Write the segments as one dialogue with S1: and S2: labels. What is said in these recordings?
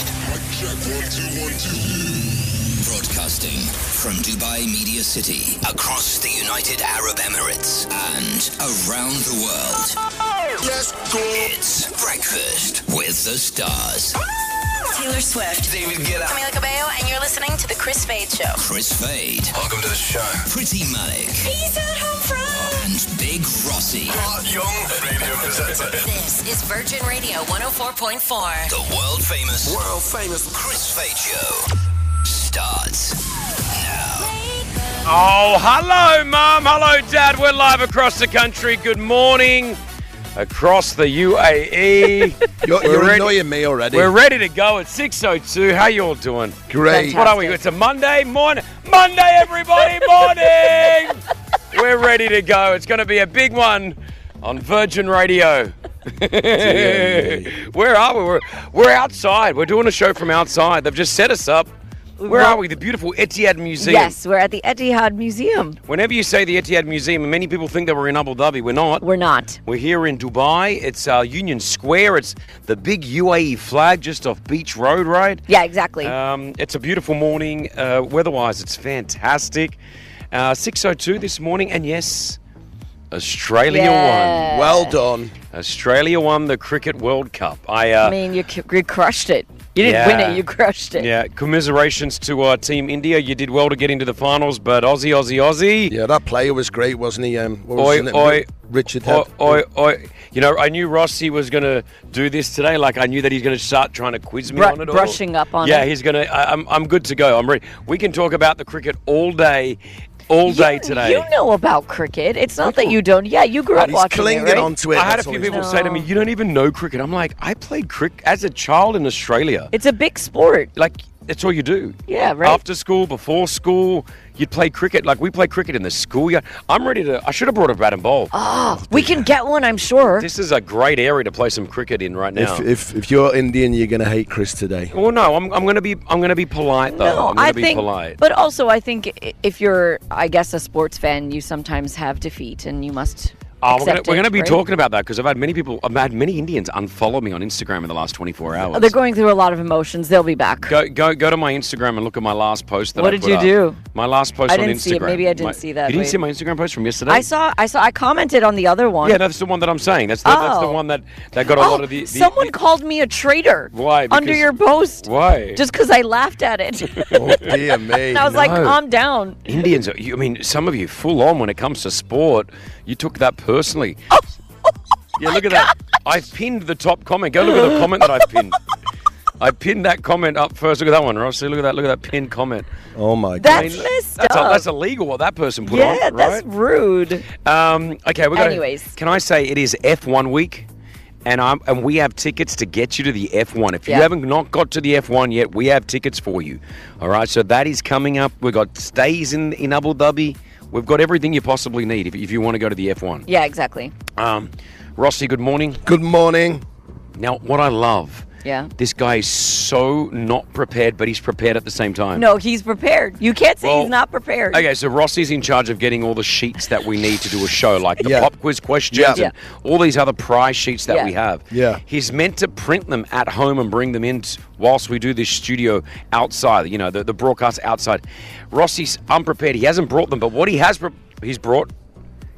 S1: Check one, two, one, two. Broadcasting from Dubai Media City, across the United Arab Emirates, and around the world.
S2: Let's go.
S1: It's Breakfast with the Stars.
S3: Taylor Swift,
S2: David Guetta,
S3: Camila Cabello, and you're listening to The Chris Fade Show.
S1: Chris Fade,
S2: Welcome to the show.
S1: Pretty Malik,
S3: He's at home from.
S1: and Big Rossi.
S2: Art Young, radio presenter.
S3: This is Virgin Radio 104.4.
S1: The world famous
S2: World famous.
S1: Chris Fade Show starts now.
S4: Oh, hello, Mum. Hello, Dad. We're live across the country. Good morning. Across the UAE.
S5: You're,
S4: We're
S5: you're
S4: ready-
S5: annoying me already.
S4: We're ready to go at 6.02. How you all doing?
S5: Great.
S4: What are we? It's a Monday morning. Monday, everybody, morning. We're ready to go. It's going to be a big one on Virgin Radio. Where are we? We're, we're outside. We're doing a show from outside. They've just set us up. Where are we? The beautiful Etihad Museum.
S6: Yes, we're at the Etihad Museum.
S4: Whenever you say the Etihad Museum, many people think that we're in Abu Dhabi. We're not.
S6: We're not.
S4: We're here in Dubai. It's uh, Union Square. It's the big UAE flag just off Beach Road, right?
S6: Yeah, exactly.
S4: Um, it's a beautiful morning. Uh, weather-wise, it's fantastic. Uh, 6.02 this morning, and yes, Australia
S6: Yeah.
S5: well done.
S4: won. Uh, Australia won the Cricket World Cup. I, uh,
S6: I mean, you, c- you crushed it. You didn't win
S4: Yeah.
S6: it, you crushed it.
S4: yeah, commiserations to uh, Team India. You did well to get into the finals, but Aussie, Aussie, Aussie.
S5: Yeah, that player was great, wasn't he? Um, what was
S4: Oi,
S5: his name?
S4: oi,
S5: Richard.
S4: Oi,
S5: Head-
S4: oi, oi. You know, I knew Rossi was going to do this today. Like, I knew that he's going to start trying to quiz me
S6: Bru-
S4: on it. all.
S6: brushing up on
S4: Yeah,
S6: it.
S4: he's going to. I'm, I'm good to go. I'm ready. We can talk about the cricket all day, all
S6: You-
S4: day today.
S6: You know about cricket. It's not that you don't. Yeah, you grew up
S5: He's
S6: watching
S5: clinging
S6: it, right?
S5: on to it.
S4: I had a
S5: that's
S4: few
S5: all he's-
S4: people say to me, "You don't even know cricket." I'm like, I played cricket as a child in Australia.
S6: It's a big sport.
S4: like, that's all you do.
S6: Yeah, right.
S4: After school, before school, you'd play cricket. Like we play cricket in the schoolyard. I'm ready to. I should have brought a bat and ball.
S6: Ah. We can get one, I'm sure.
S4: Oh, This is a great area to play some cricket in right now.
S5: If, if, if you're Indian, you're going to hate Chris today.
S4: Well, no, I'm, I'm gonna be I'm gonna be polite though. oh, I'm gonna
S6: I
S4: be
S6: think,
S4: polite.
S6: but also I think i- if you're, I guess, a sports fan, you sometimes have defeat, and you must.
S4: Oh, we're, gonna,
S6: accept
S4: we're gonna
S6: it,
S4: be
S6: right?
S4: talking about that because I've had many people, I've had many Indians unfollow me on Instagram in the last 24 hours.
S6: Oh, They're going through a lot of emotions. They'll be back.
S4: go, go go to my Instagram and look at my last post. That
S6: What
S4: I
S6: did
S4: put
S6: you
S4: up.
S6: do?
S4: My last post
S6: I
S4: on
S6: didn't
S4: Instagram.
S6: see it. Maybe I didn't
S4: My-
S6: see that.
S4: You didn't
S6: Wait.
S4: see my Instagram post from yesterday.
S6: I saw, I saw, I commented on the other one.
S4: Yeah, that's the one that I'm saying. That's the, that's the
S6: Oh.
S4: one that that got a lot
S6: Oh,
S4: of the. the
S6: someone
S4: the-
S6: called me a traitor.
S4: Why?
S6: Under
S4: Because-
S6: your post.
S4: Why?
S6: Just because I laughed at it. and
S5: Oh, dear me.
S6: I was like,
S4: no.
S6: calm down.
S4: Indians, are, you, I mean, some of you full on when it comes to sport. You took that personally. yeah, look at that. I've pinned the top comment. Go look at the comment that I've pinned. I pinned that comment up first. Look at that one, Rossi. Look at that. Look at that pinned comment.
S5: oh, my
S4: I
S5: God.
S6: That's messed
S4: that's,
S6: up.
S4: that's illegal what that person put
S6: yeah,
S4: on,
S6: that's
S4: right?
S6: rude.
S4: Um, okay, we're going.
S6: Anyways.
S4: can I say it is F1 week, and I'm and we have tickets to get you to the F1. If you
S6: Yeah.
S4: haven't not got to the F1 yet, we have tickets for you. All right, so that is coming up. We've got stays in in Abu Dhabi. We've got everything you possibly need if, if you want to go to the F1.
S6: Yeah, exactly.
S4: Um, Rossi, good morning.
S5: Good morning.
S4: Now, what I love,
S6: Yeah.
S4: this guy is so not prepared, but he's prepared at the same time.
S6: No, he's prepared. You can't say
S4: Well,
S6: he's not prepared.
S4: Okay, so Rossi's in charge of getting all the sheets that we need to do a show, like the
S5: Yeah.
S4: pop quiz questions
S5: Yeah.
S4: and all these other prize sheets that
S6: Yeah.
S4: we have.
S5: Yeah.
S4: He's meant to print them at home and bring them in t- whilst we do this studio outside, you know, the, the broadcast outside. Rossi's unprepared. He hasn't brought them, but what he has pre- he's brought,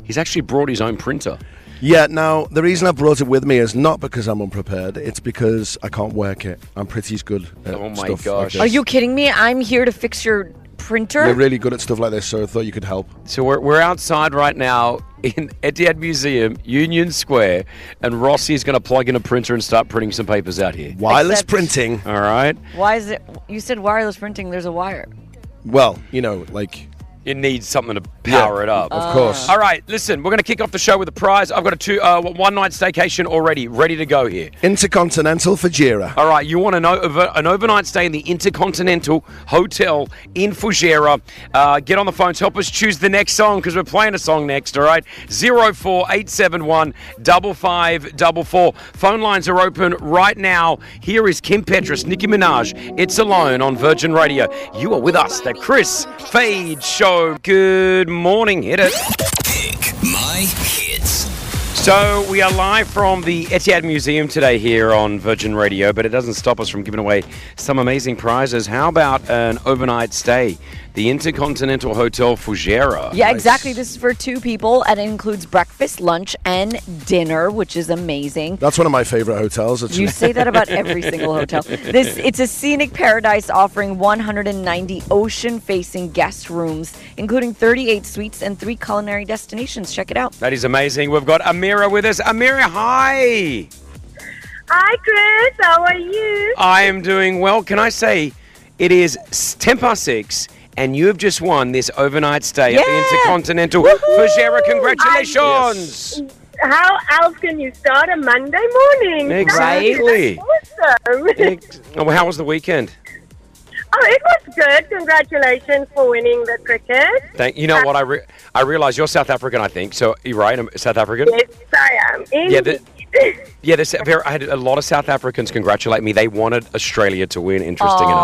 S4: he's actually brought his own printer.
S5: Yeah, now, the reason I brought it with me is not because I'm unprepared. It's because I can't work it. I'm pretty good at
S4: Oh my
S5: stuff
S4: gosh.
S5: Like this.
S6: Are you kidding me? I'm here to fix your printer.
S5: You're really good at stuff like this, so I thought you could help.
S4: So we're, we're outside right now in Etihad Museum, Union Square, and Rossi is going to plug in a printer and start printing some papers out here.
S5: Wireless
S6: Except-
S5: printing.
S4: All right.
S6: Why is it? You said wireless printing. There's a wire.
S5: Well, you know, like,
S4: It needs something to power
S5: Yeah,
S4: it up.
S5: of course.
S4: All right, listen, we're going to kick off the show with a prize. I've got a two, uh, one night staycation already ready to go here.
S5: Intercontinental Fajira.
S4: All right, you want an, over, an overnight stay in the Intercontinental Hotel in Fujairah. Uh, get on the phones, help us choose the next song because we're playing a song next, all right? 04871 5544. Phone lines are open right now. Here is Kim Petras, Nicki Minaj. It's Alone on Virgin Radio. You are with us, the Chris Fade Show. Good morning, hit it.
S1: Pick my hits.
S4: So we are live from the Etihad Museum today here on Virgin Radio, but it doesn't stop us from giving away some amazing prizes. How about an overnight stay? The Intercontinental Hotel Fugera.
S6: Yeah, exactly. This is for two people, and it includes breakfast, lunch, and dinner, which is amazing.
S5: That's one of my favorite hotels. Actually.
S6: You say that about every single hotel. This it's a scenic paradise offering 190 ocean-facing guest rooms, including 38 suites and three culinary destinations. Check it out.
S4: That is amazing. We've got Amira with us. Amira, hi.
S7: Hi, Chris. How are you?
S4: I am doing well. Can I say it is s- 10 past 6 and you have just won this overnight stay at the
S6: Yeah!
S4: Intercontinental
S6: Woohoo!
S4: Fugera. Congratulations.
S7: How else can you start a Monday morning?
S4: Exactly.
S7: Awesome.
S4: Ex- oh, well, how was the weekend?
S7: oh, it was good. Congratulations for winning the cricket.
S4: Thank, you know what? I, re- I realize you're South African, I think. So you're right, I'm South African.
S7: Yes, I am.
S4: Yeah, the- Yeah, there's a very, I had a lot of South Africans congratulate me. They wanted Australia to win, interesting enough.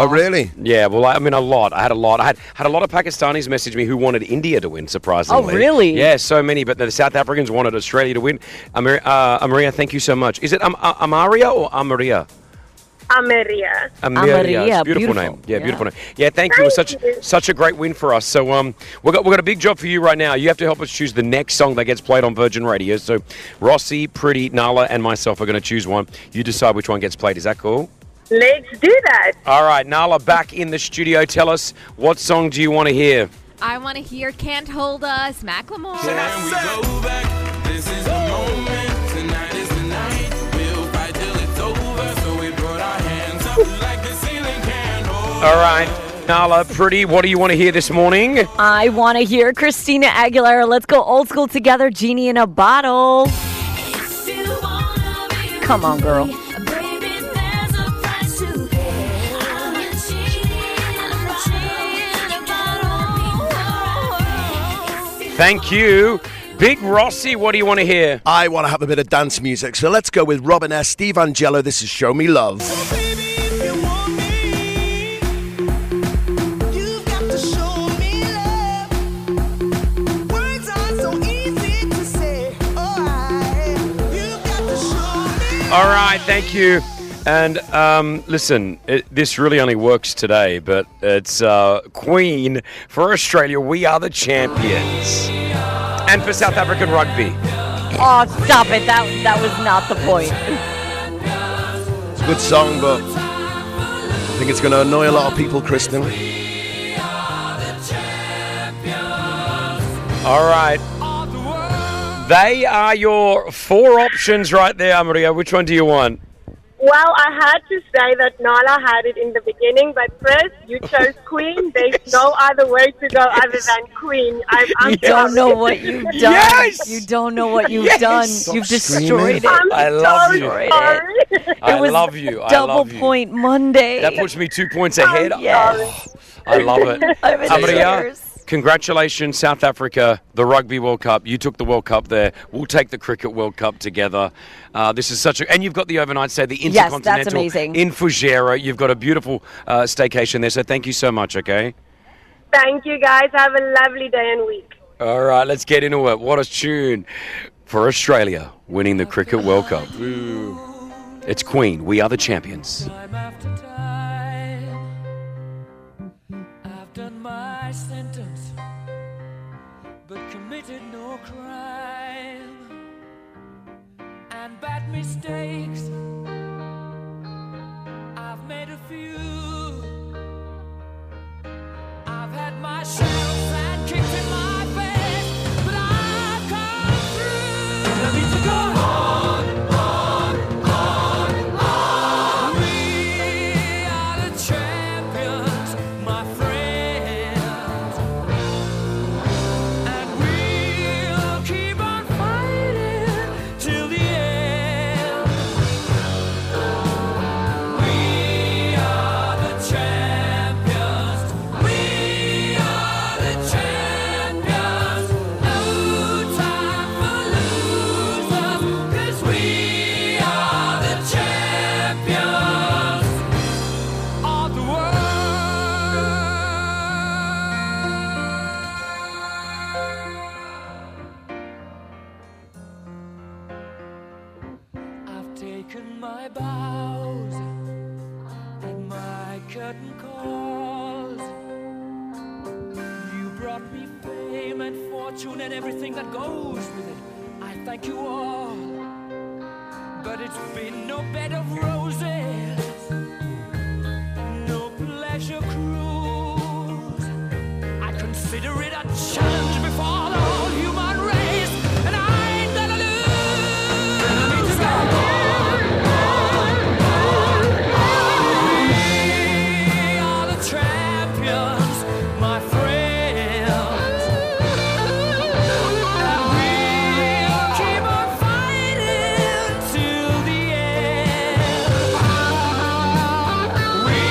S5: oh, really?
S4: Yeah, well, I, I mean, a lot. I had a lot. I had had a lot of Pakistanis message me who wanted India to win. Surprisingly,
S6: really?
S4: Yeah, so many. But the South Africans wanted Australia to win. Amir, uh, Amaria, thank you so much. Is it Am- uh, Amaria or Amaria?
S7: Amaria.
S6: Amaria,
S4: It's a
S6: beautiful.
S4: beautiful, name. Yeah,
S6: Yeah.
S4: beautiful name. Yeah, thank you. It was such
S7: Thank you.
S4: such a great win for us. So um, we've got we've got a big job for you right now. You have to help us choose the next song that gets played on Virgin Radio. So Rossi, Pretty, Nala, and myself are going to choose one. You decide which one gets played. Is that cool?
S7: Let's do that.
S4: All right, Nala, back in the studio. Tell us what song do you want to hear?
S8: I want to hear Can't Hold Us, Macklemore.
S4: All right, Nala, Pretty, what do you want to hear this morning?
S6: I want to hear Christina Aguilera. Let's go old school together. Genie in a bottle. Come on, girl.
S4: Thank you. Big Rossi, what do you want to hear?
S5: I want to have a bit of dance music, so let's go with Robin S. Steve Angelo. This is Show Me Love.
S9: Oh,
S4: All right, thank you. And um, listen, it, this really only works today, but it's uh, Queen for Australia. We are the champions, and for South African rugby.
S6: Oh, stop it. That that was not the point.
S5: It's a good song, but I think it's going to annoy a lot of people, Kristen.
S4: All right, they are your four options right there, Maria. Which one do you want?
S7: Well, I had to say that Nala had it in the beginning, but Chris, you chose Queen. There's no other way to go other than Queen. I'm, I'm
S6: You don't know what you've done.
S4: Yes!
S6: You don't know what you've
S4: Yes!
S6: done.
S4: Stop
S6: you've
S5: screaming.
S6: destroyed it.
S7: I'm
S4: I love
S7: so
S4: you.
S7: Sorry.
S4: I
S6: it was
S4: love you. I
S6: Double
S4: love you.
S6: point Monday.
S4: That puts me two points ahead.
S6: yes.
S4: I love it.
S6: I'm in
S4: Amaria,
S6: tears.
S4: congratulations, South Africa, the Rugby World Cup. You took the World Cup there. We'll take the Cricket World Cup together. Uh, this is such a. And you've got the overnight stay, the
S6: that's
S4: Intercontinental
S6: amazing.
S4: in Fujairah. You've got a beautiful uh, staycation there, so thank you so much, okay?
S7: Thank you, guys. Have a lovely day and week.
S4: All right, let's get into it. What a tune for Australia winning the Cricket World Cup. It's Queen. We are the champions.
S9: Time after time, I've done my sentence, but committed no crime. And bad mistakes, I've made a few. I've had my shells and kicks in my face, but I've come through. I need to go on. We are the champions, my friends, and we'll keep on fighting till the end. taken my bows and my curtain calls. You brought me fame and fortune and everything that goes with it. I thank you all. But it's been no bed of roses, no pleasure cruise. I consider it a challenge before the whole human race, and I ain't gonna lose. We are the champions, my friends. And we'll keep on fighting till the end. We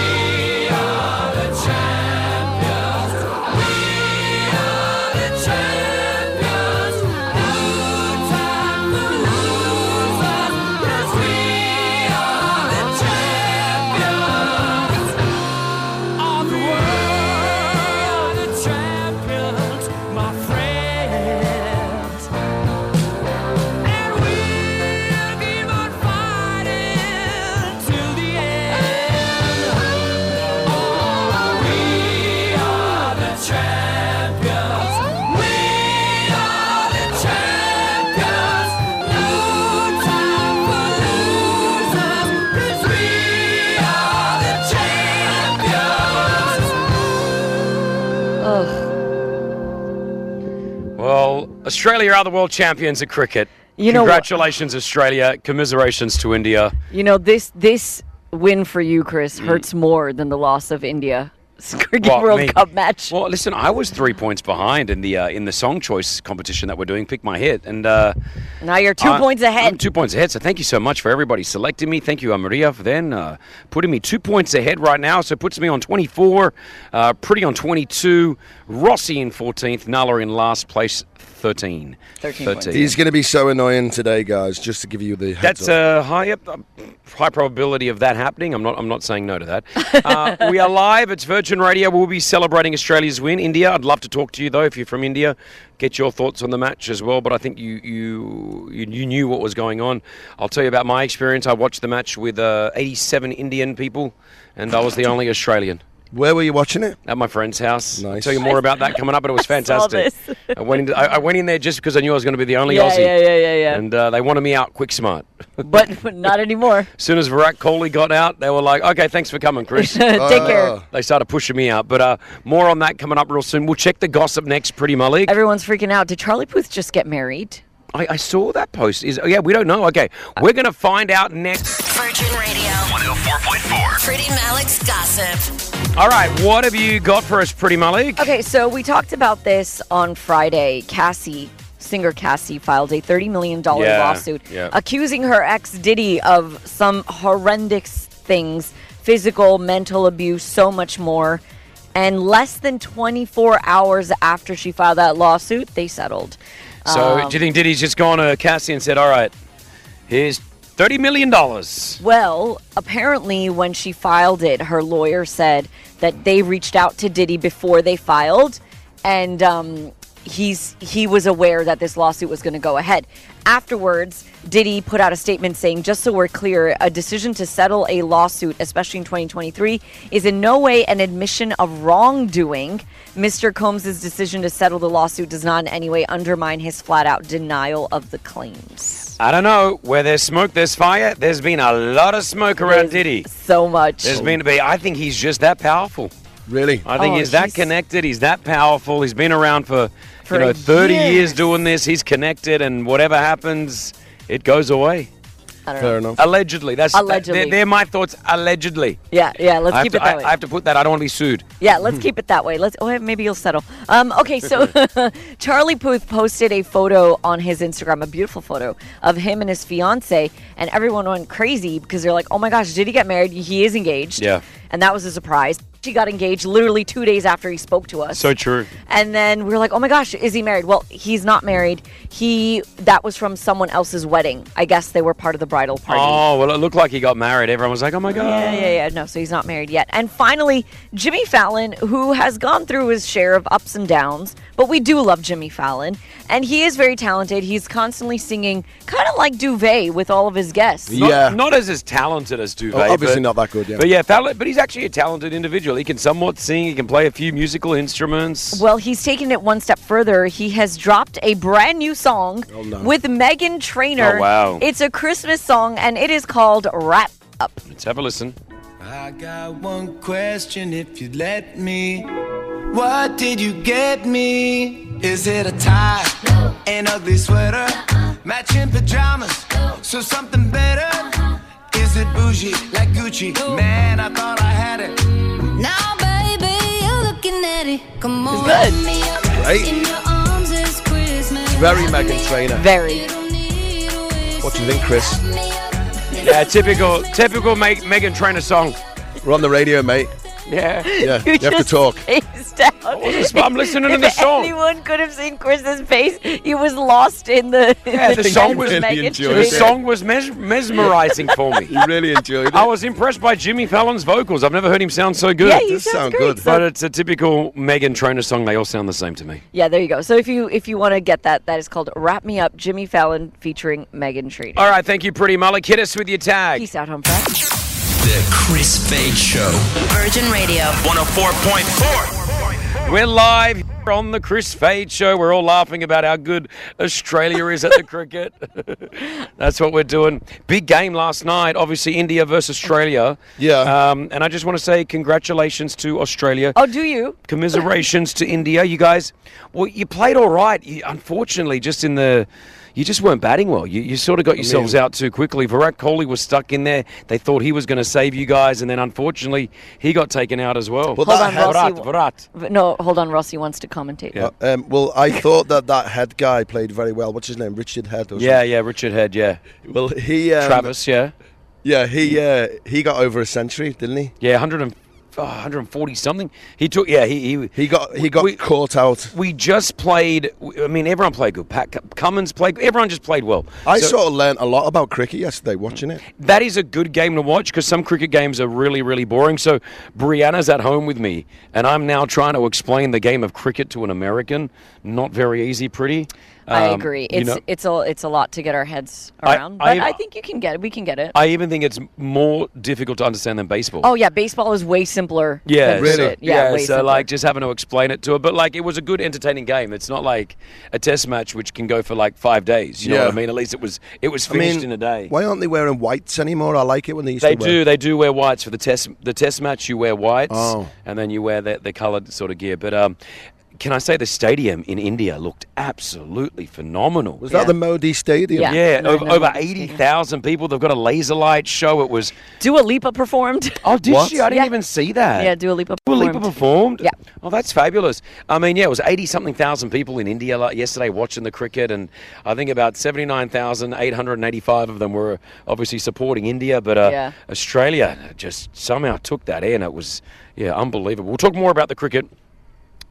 S9: are the champions. We are the champions. No time for losers, 'cause we are the champions of the world. We are the champions, my friends. And we'll keep on fighting till the end. We are the champions. We are the champions. No time for losers, 'cause we are the champions.
S6: Ugh.
S4: Well, Australia are the world champions at cricket.
S6: You know what-
S4: Congratulations, Australia. Commiserations to India.
S6: You know this this win for you, Chris, hurts more than the loss of India cricket
S4: Mm. Well,
S6: World
S4: me-
S6: Cup match.
S4: Well, listen, I was three points behind in the uh, in the song choice competition that we're doing. Pick my hit, and uh,
S6: now you're two
S4: I-
S6: points ahead.
S4: I'm two points ahead. So thank you so much for everybody selecting me. Thank you, Amaria, for then uh, putting me two points ahead right now. So it puts me on 24, uh, Pretty on 22, Rossi in 14th, Nala in last place, 13.
S6: 13
S5: He's going to be so annoying today, guys. Just to give you the heads
S4: That's uh,
S5: up.
S4: a high up, high probability of that happening. I'm not. I'm not saying no to that. Uh, we are live. It's Virgin Radio. We'll be celebrating Australia's win. India. I'd love to talk to you though. If you're from India, get your thoughts on the match as well. But I think you you you, you knew what was going on. I'll tell you about my experience. I watched the match with uh, 87 Indian people, and I was the only Australian
S5: Where were you watching it?
S4: at my friend's house. I'll
S5: Nice.
S4: tell you more about that coming up, but it was
S6: saw
S4: fantastic. I went in. I, I went in there just because I knew I was going to be the only
S6: Yeah,
S4: Aussie.
S6: yeah, yeah, yeah, yeah.
S4: And uh, they wanted me out quick smart.
S6: but, but not anymore.
S4: As soon as Virat Kohli got out, they were like, "Okay, thanks for coming, Chris."
S6: Take care.
S5: Oh.
S4: they started pushing me out, but uh, more on that coming up real soon. We'll check the gossip next, pretty Malik.
S6: Everyone's freaking out. Did Charlie Puth just get married?
S4: I, I saw that post. Is yeah, we don't know. Okay, we're gonna find out next.
S3: Virgin Radio.
S2: 104.4.
S3: Pretty Malik's gossip.
S4: All right, what have you got for us, pretty Malik?
S6: Okay, so we talked about this on Friday. Cassie, singer Cassie, filed a $30 million
S4: Yeah,
S6: lawsuit
S4: yeah.
S6: accusing her ex Diddy of some horrendous things physical, mental abuse, so much more. And less than 24 hours after she filed that lawsuit, they settled.
S4: So,
S6: um,
S4: do you think Diddy's just gone to Cassie and said, "All right, here's thirty million dollars"?
S6: Well, apparently, when she filed it, her lawyer said that they reached out to Diddy before they filed, and um, he's he was aware that this lawsuit was going to go ahead. Afterwards, Diddy put out a statement saying, "Just so we're clear, a decision to settle a lawsuit, especially in 2023, is in no way an admission of wrongdoing. Mr. Combs's decision to settle the lawsuit does not in any way undermine his flat-out denial of the claims."
S4: I don't know. Where there's smoke, there's fire. There's been a lot of smoke around Diddy.
S6: So much.
S4: There's been. I think he's just that powerful.
S5: Really?
S4: I think
S6: Oh,
S4: he's that
S6: he's-
S4: connected. He's that powerful. He's been around for,
S6: For
S4: you know thirty years
S6: years.
S4: doing this. He's connected, and whatever happens, it goes away.
S5: Fair enough.
S4: Allegedly, that's that- they're-
S6: Allegedly.
S4: they're, my thoughts. Allegedly,
S6: Yeah, yeah. Let's
S4: I have,
S6: keep
S4: to,
S6: it that
S4: I-
S6: way.
S4: I have to put that. I don't want to be sued.
S6: yeah, let's keep it that way. Let's. Oh, maybe you'll settle. Um, okay, so Charlie Puth posted a photo on his Instagram, a beautiful photo of him and his fiance, and everyone went crazy because they're like, "Oh my gosh, did he get married? He is engaged."
S4: Yeah.
S6: and that was a surprise. She got engaged literally two days after he spoke to us.
S4: So true.
S6: And then we were like, oh my gosh, is he married? Well, he's not married. He that was from someone else's wedding. I guess they were part of the bridal party.
S4: Oh, well, it looked like he got married. Everyone was like, oh my God.
S6: Yeah, yeah, yeah. No, so he's not married yet. And finally, Jimmy Fallon, who has gone through his share of ups and downs, but we do love Jimmy Fallon. And he is very talented. He's constantly singing, kind of like Duvet with all of his guests.
S4: Not,
S5: Yeah.
S4: not as as talented as Duvet.
S5: Oh, obviously
S4: but-
S5: not that good, yeah.
S4: But yeah, Fallon, but he's actually a talented individual. He can somewhat sing. He can play a few musical instruments.
S6: Well, he's taken it one step further. He has dropped a brand new song
S5: no.
S6: with Megan Trainor.
S4: Oh, wow.
S6: It's a Christmas song, and it is called Wrap Up.
S4: Let's have a listen.
S9: I got one question if you'd let me. What did you get me? Is it a tie? An ugly sweater? Matching pajamas? So something better? Is it bougie like Gucci? Man, I thought I had it.
S10: Now, baby, you're looking at it. Come on,
S6: good.
S10: wrap me up
S5: Right.
S10: in your arms, it's Christmas.
S5: Very Megan Trainor.
S6: Very.
S10: You don't need a whistle.
S5: What do you think, Chris?
S10: Wrap me up.
S4: Yeah, typical, typical Me- Megan Trainor song.
S5: We're on the radio, mate.
S4: Yeah.
S5: Yeah, you, have to
S6: just
S5: talk.
S6: Faced out.
S4: wasn't- I'm listening to
S6: If
S4: the song.
S6: Anyone could have seen Chris's face. He was lost in the.
S4: Yeah, the song was-
S5: Really
S6: Meghan
S5: enjoyed
S4: The
S5: it.
S6: Trainor.
S4: song was mes- mesmerizing for me.
S5: You really enjoyed it.
S4: I was impressed by Jimmy Fallon's vocals. I've never heard him sound so good.
S6: Yeah, he
S5: does
S6: sounds
S5: sound
S6: great.
S5: good.
S6: So-
S4: but it's a typical Megan Trainor song. They all sound the same to me.
S6: yeah, there you go. So if you if you want to get that, that is called "Wrap Me Up," Jimmy Fallon featuring Megan Trainor.
S4: All right, thank you, Pretty Mullet. Hit us with your tag.
S6: Peace out, home friends.
S1: The Chris Fade Show.
S3: Virgin Radio.
S2: 104.4.
S4: We're live here on the Chris Fade Show. We're all laughing about how good Australia is at the cricket. That's what we're doing. Big game last night, obviously India versus Australia.
S5: Yeah.
S4: Um, and I just want to say congratulations to Australia.
S6: Oh, do you?
S4: Commiserations to India. You guys, well, you played all right. You, unfortunately, just in the. You just weren't batting well. You, you sort of got yourselves out too quickly. Virat Kohli was stuck in there. They thought he was going to save you guys, and then unfortunately, he got taken out as well.
S5: Well, Hold that on,
S6: helped. Rossi.
S4: Virat, Virat.
S6: V- No, hold on. Rossi wants to commentate.
S4: Yeah.
S5: Um, well, I thought that that head guy played very well. What's his name? Richard Head. Or
S4: Yeah, yeah, Richard Head, yeah.
S5: something. Well, he. Um,
S4: Travis, yeah.
S5: Yeah, he uh, he got over a century, didn't he?
S4: Yeah, 100 and, oh, 140 something. He took, yeah, he. he,
S5: He got he got
S4: We-
S5: caught out.
S4: we just played. I mean, everyone played good. Pat Cummins played. Everyone just played well.
S5: I
S4: So-
S5: sort of learnt a lot about cricket yesterday watching it.
S4: that is a good game to watch because some cricket games are really, really boring. So Brianna's at home with me, and I'm now trying to explain the game of cricket to an American. Not very easy, pretty.
S6: I
S4: Um,
S6: agree.
S4: you
S6: It's
S4: know,
S6: it's a it's a lot to get our heads
S4: I-
S6: around,
S4: I-
S6: but I, think you can get it. We can get it.
S4: I even think it's more difficult to understand than baseball.
S6: oh yeah, baseball is way simpler.
S4: Yeah,
S6: than
S4: so-
S6: cricket. Yeah,
S4: Yeah,
S6: way
S4: so
S6: simpler.
S4: like just having to explain it to her, but like it was a good, entertaining game. It's not like a test match which can go for like five days. You know what I
S5: Yeah.
S4: mean? At least it was it was finished in a day.
S5: Why aren't they wearing whites anymore? I like it when they used
S4: They
S5: to wear.
S4: do. They do wear whites for the test. The test match, you wear whites,
S5: Oh.
S4: and then you wear the, the coloured sort of gear. But um, can I say the stadium in India looked absolutely phenomenal?
S5: Was that the Modi Stadium?
S6: Yeah.
S4: yeah,
S6: No,
S4: over,
S6: no,
S4: over
S6: no.
S4: eighty thousand people. They've got a laser light show. It was.
S6: Dua Lipa performed.
S4: Oh, did
S5: What?
S4: she? I didn't
S6: Yeah.
S4: even see that.
S6: yeah, Dua Lipa
S4: Dua
S6: performed.
S4: Lipa performed.
S6: Yeah.
S4: Oh, that's fabulous. I mean, yeah, it was eighty something thousand people in India like, yesterday watching the cricket, and I think about seventy nine thousand eight hundred and eighty five of them were obviously supporting India, but uh,
S6: Yeah.
S4: Australia just somehow took that in. It was yeah, unbelievable. We'll talk more about the cricket.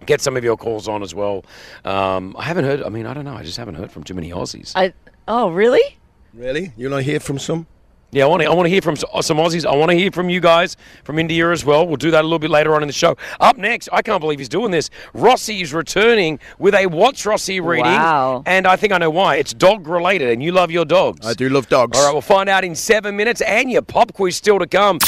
S4: Get some of your calls on as well. Um, I haven't heard. I mean, I don't know. I just haven't heard from too many Aussies.
S6: I, oh, really?
S5: Really? You want to hear from some?
S4: Yeah, I want to. I want to hear from s- uh, some Aussies. I want to hear from you guys from India as well. We'll do that a little bit later on in the show. Up next, I can't believe he's doing this. Rossi is returning with a what's Rossi reading,
S6: Wow.
S4: and I think I know why. It's dog related, and you love your dogs.
S5: I do love dogs.
S4: All right, we'll find out in seven minutes, and your pop quiz still to come.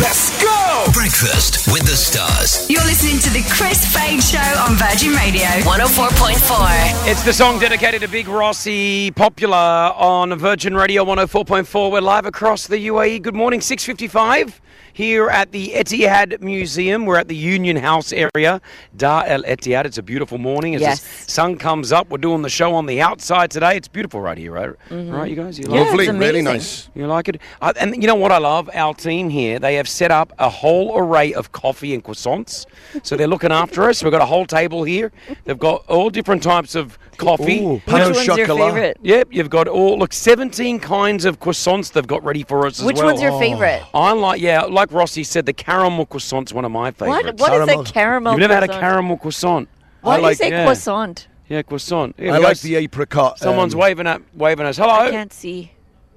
S2: Let's go!
S1: Breakfast with the stars.
S11: You're listening to the Chris Fade Show on Virgin Radio.
S3: 104.4.
S4: It's the song dedicated to Big Rossi, popular on Virgin Radio 104.4. We're live across the UAE. Good morning, 6.55 here at the Etihad Museum. We're at the Union House area, Dar El Etihad. It's a beautiful morning. As
S6: Yes.
S4: the sun comes up, we're doing the show on the outside today. It's beautiful right here, right? Right, you guys? You
S6: Mm-hmm.
S4: like
S6: Yeah,
S5: Lovely,
S6: it's
S5: really
S6: amazing.
S5: nice.
S4: you like it? Uh, and you know what I love? Our team here, they have set up a whole array of coffee and croissants. So they're looking after us. We've got a whole table here. They've got all different types of coffee.
S5: Ooh, Which pain au one's your chocolat. favourite?
S4: Yep, you've got all look 17 kinds of croissants they've got ready for us as
S6: Which
S4: well.
S6: one's your Oh. favourite?
S4: I like yeah, like Rossi said, the caramel croissant's one of my favourites.
S6: What is a Caramel. caramel
S4: You've never had a
S6: croissant?
S4: caramel croissant.
S6: Why
S4: I
S6: do
S4: like-
S6: you say
S4: yeah.
S6: croissant?
S4: Yeah, croissant. Here
S5: I
S4: we go.
S5: like the apricot.
S4: Someone's
S5: um,
S4: waving at waving us. Hello.
S6: I can't see.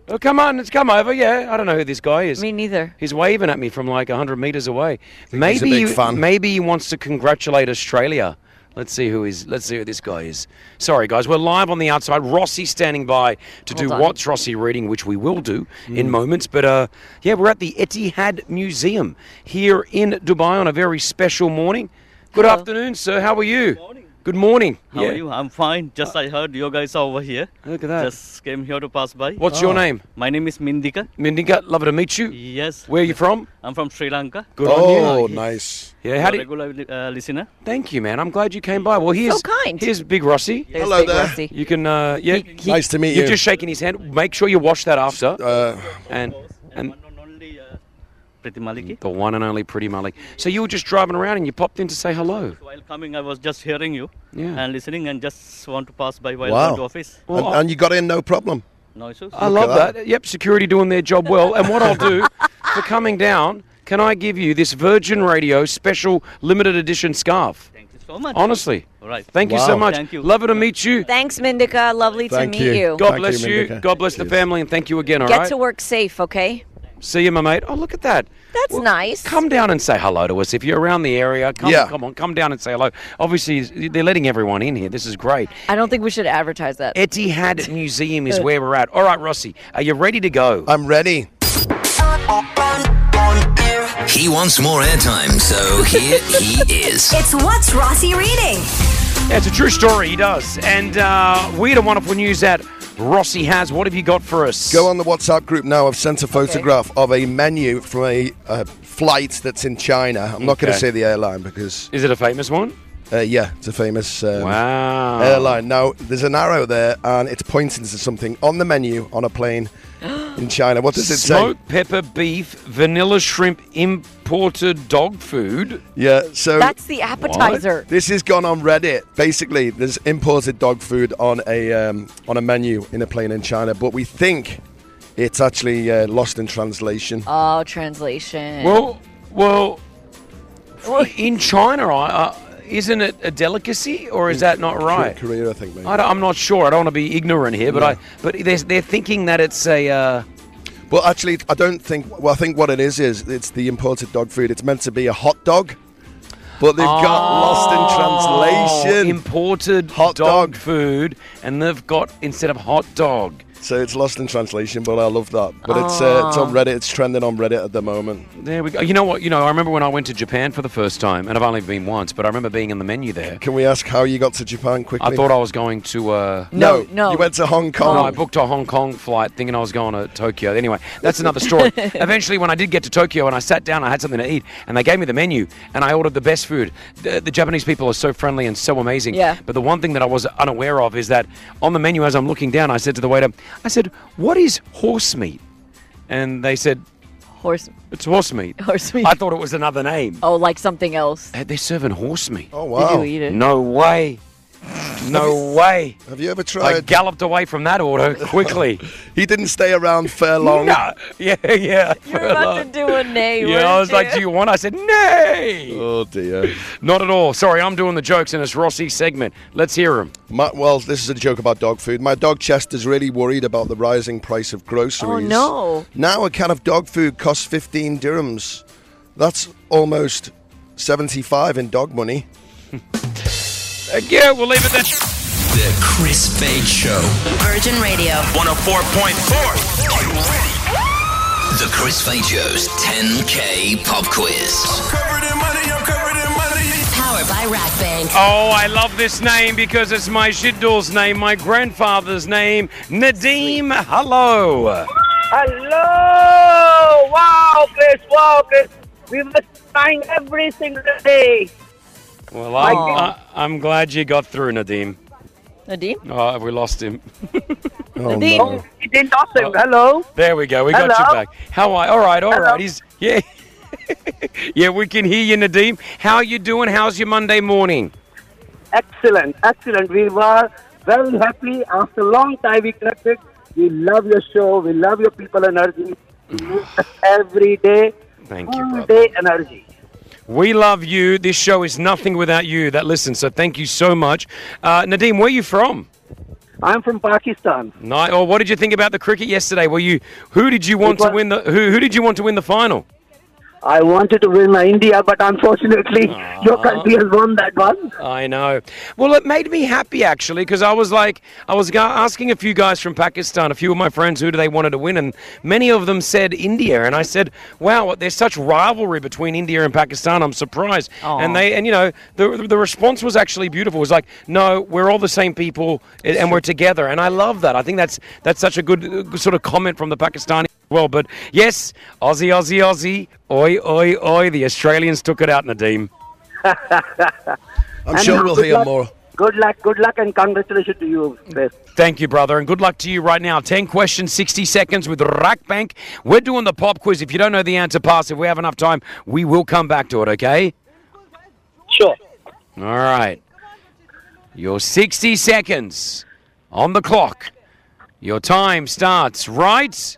S4: Oh, come on, it's come over. Yeah, I don't know who this guy is.
S6: Me neither.
S4: He's waving at me from like 100 meters away. Maybe
S5: he's a big
S4: he,
S5: fan.
S4: maybe he wants to congratulate Australia. Let's see who is. Let's see who this guy is. Sorry, guys, we're live on the outside. Rossi's standing by to do
S6: on.
S4: what's Rossi reading, which we will do
S5: Mm.
S4: in moments. But uh, yeah, we're at the Etihad Museum here in Dubai on a very special morning. Good afternoon, sir. How are you? Good morning. Good morning.
S12: How
S4: Yeah. Uh,
S12: are you? I'm fine. Just I heard you guys are over here.
S4: Look at that.
S12: Just came here to pass by.
S4: What's your name?
S12: My name is Mindika.
S4: Mindika, lovely to meet you.
S12: Oh. Yes.
S4: Where are you from?
S12: I'm from Sri Lanka.
S4: Good
S5: Oh,
S4: on you.
S5: nice.
S4: Yeah,
S12: You're
S4: how do
S12: a regular li- uh, listener.
S4: Thank you, man. I'm glad you came by. Well, here's
S6: kind.
S4: here's Big Rossi.
S6: There's Hello Big there. Rossi.
S4: You can uh, yeah.
S5: he- Nice to meet
S4: You're
S5: you.
S4: just shaking his hand. Make sure you wash that after.
S5: Uh,
S4: and and Mm.
S12: Pretty uh, Maliki.
S4: the one and only Pretty Malik. So you were just driving around and you popped in to say hello.
S12: While coming, I was just hearing you
S4: Yeah.
S12: and listening, and just want to pass by while
S5: wow.
S12: going to office.
S5: And, and you got in no problem.
S12: No issues.
S4: I
S5: Look at
S4: love that. Yep, security doing their job well. And what I'll do for coming down, can I give you this Virgin Radio special limited edition scarf?
S12: Thank you so much.
S4: Honestly.
S12: Right.
S4: Thank you so
S5: Wow.
S4: much.
S12: Thank you.
S4: Lovely to meet you.
S6: Thanks, Mindika. Lovely
S5: Thank
S6: to
S5: you.
S6: meet you.
S4: God
S5: Thank you,
S4: bless you.
S5: Mindika.
S4: God bless the
S5: Cheers.
S4: family and thank you again, all right?
S6: Get to work safe, okay?
S4: See you, my mate. Oh, look at that.
S6: That's nice.
S4: Come down and say hello to us if you're around the area. Come,
S5: Yeah.
S4: come on, come down and say hello. Obviously, they're letting everyone in here. This is great.
S6: I don't think we should advertise that.
S4: Etihad Museum is where we're at. All right, Rossi, are you ready to go?
S5: I'm ready.
S1: He wants more airtime, so here he is.
S11: It's What's Rossi Reading?
S4: Yeah, it's a true story. He does. And uh, weird and wonderful news that Rossi has. What have you got for us?
S5: Go on the WhatsApp group now. I've sent a photograph of a menu from a uh, flight that's in China. I'm not going to
S4: Okay.
S5: say the airline because,
S4: Is it a famous one?
S5: uh, yeah, it's a famous um,
S4: Wow.
S5: airline. Now, there's an arrow there and it's pointing to something on the menu on a plane in China. What does it say?
S4: Smoked pepper beef, vanilla shrimp, imported dog food.
S5: Yeah, so.
S6: That's the appetizer.
S5: This has gone on Reddit. Basically, there's imported dog food on a um, on a menu in a plane in China, but we think it's actually uh, lost in translation.
S6: Oh, translation.
S4: Well, well, in China, I- uh, isn't it a delicacy, or
S5: Mm.
S4: is that not right?
S5: Korea, I think. Maybe.
S4: I don't, I'm not sure. I don't want to be ignorant here, but I but they're, they're thinking that it's a uh,
S5: Well, actually, I don't think. Well, I think what it is is it's the imported dog food. It's meant to be a hot dog, but they've got lost in
S4: oh,
S5: translation.
S4: imported
S5: Hot
S4: dog,
S5: dog.
S4: food, and they've got instead of hot dog.
S5: so it's lost in translation, but I love that. But it's uh, it's on Reddit. It's trending on Reddit at the moment.
S4: There we go. You know what? You know, I remember when I went to Japan for the first time, and I've only been once, but I remember being in the menu there.
S5: Can we ask how you got to Japan quickly?
S4: I thought I was going to. Uh,
S5: no,
S6: No, no.
S5: You went to Hong
S6: Oh,
S5: Kong.
S6: um,
S4: No, I booked a Hong Kong flight thinking I was going to Tokyo. Anyway, that's another story. Eventually, when I did get to Tokyo and I sat down, I had something to eat, and they gave me the menu, and I ordered the best food. The, the Japanese people are so friendly and so amazing.
S6: Yeah.
S4: But the one thing that I was unaware of is that on the menu, as I'm looking down, I said to the waiter, I said, "What is horse meat?" And they said,
S6: horse.
S4: "It's horse meat."
S6: Horse meat.
S4: I thought it was another name.
S6: Oh, like something else.
S4: They're serving horse meat.
S5: oh
S6: Did
S5: wow!
S6: you eat it?
S4: No way. No way.
S5: Have you ever
S4: I
S5: tried?
S4: galloped away from that order quickly.
S5: he didn't stay around for long.
S4: No. Yeah, yeah.
S6: You're about to do a name.
S4: yeah, I was like, "Do you want?" I said, "Nay,
S5: Oh dear.
S4: not at all." Sorry, I'm doing the jokes in this Rossi segment. Let's hear him.
S5: My, well, this is a joke about dog food. My dog Chester's really worried about the rising price of groceries.
S6: Oh, no.
S5: Now a can of dog food costs 15 dirhams. That's almost 75 in dog money.
S4: Thank you. Uh, We'll leave it there.
S1: The Chris Fade Show. oh
S3: Virgin Radio.
S2: 104.4.
S1: The Chris Fade Show's 10K pop quiz.
S2: Covered in money, I'm covered in money.
S3: Powered by Rackbank.
S4: Oh, I love this name because it's my shiddull's name, my grandfather's name, Nadim. Hello.
S7: Hello! Wow, Chris, wow, Chris. We must find every single day.
S4: Well, I'm, I, I'm glad you got through, Nadim.
S6: Nadim?
S4: Oh, have we lost him?
S5: Oh,
S6: Indeed.
S5: no.
S7: It is awesome. Hello?
S4: There we go. We got
S7: Hello?
S4: you back. How are? All right, all right.
S7: Hello?
S4: He's yeah. yeah, we can hear you, Nadeem. How are you doing? How's your Monday morning?
S13: Excellent, excellent. We were very happy after a long time we connected. We love your show. We love your people energy. We need us every day.
S4: Thank you,
S7: Oh,
S13: full
S4: brother.
S13: day energy.
S4: We love you. This show is nothing without you that listen. So thank you so much. Uh, Nadeem, where are you from?
S13: I'm from Pakistan.
S4: Nice. Or what did you think about the cricket yesterday? Were you who did you want
S13: It wa-
S4: to win the who, who did you want to win the final?
S13: I wanted to win my India, but unfortunately,
S5: Ah.
S13: your country has won that one.
S4: I know. Well, it made me happy actually because I was like, I was ga- asking a few guys from Pakistan, a few of my friends, who do they wanted to win, and many of them said India, and I said, wow, there's such rivalry between India and Pakistan. I'm surprised. And they, and you know, the the response was actually beautiful. It was like, no, we're all the same people, and and we're together, and I love that. I think that's that's such a good uh, sort of comment from the Pakistani. as Well, but yes, Aussie, Aussie, Aussie, oi, oi, oi. The Australians took it out, Nadeem.
S5: I'm sure we'll
S13: good
S5: hear
S13: luck-
S5: more.
S13: Good luck, good luck, and congratulations to you. Chris.
S4: Thank you, brother, and good luck to you right now. 10 questions, 60 seconds with Rack Bank. We're doing the pop quiz. If you don't know the answer, pass. If we have enough time, we will come back to it, okay?
S13: Sure.
S4: All right. Your 60 seconds on the clock. Your time starts right.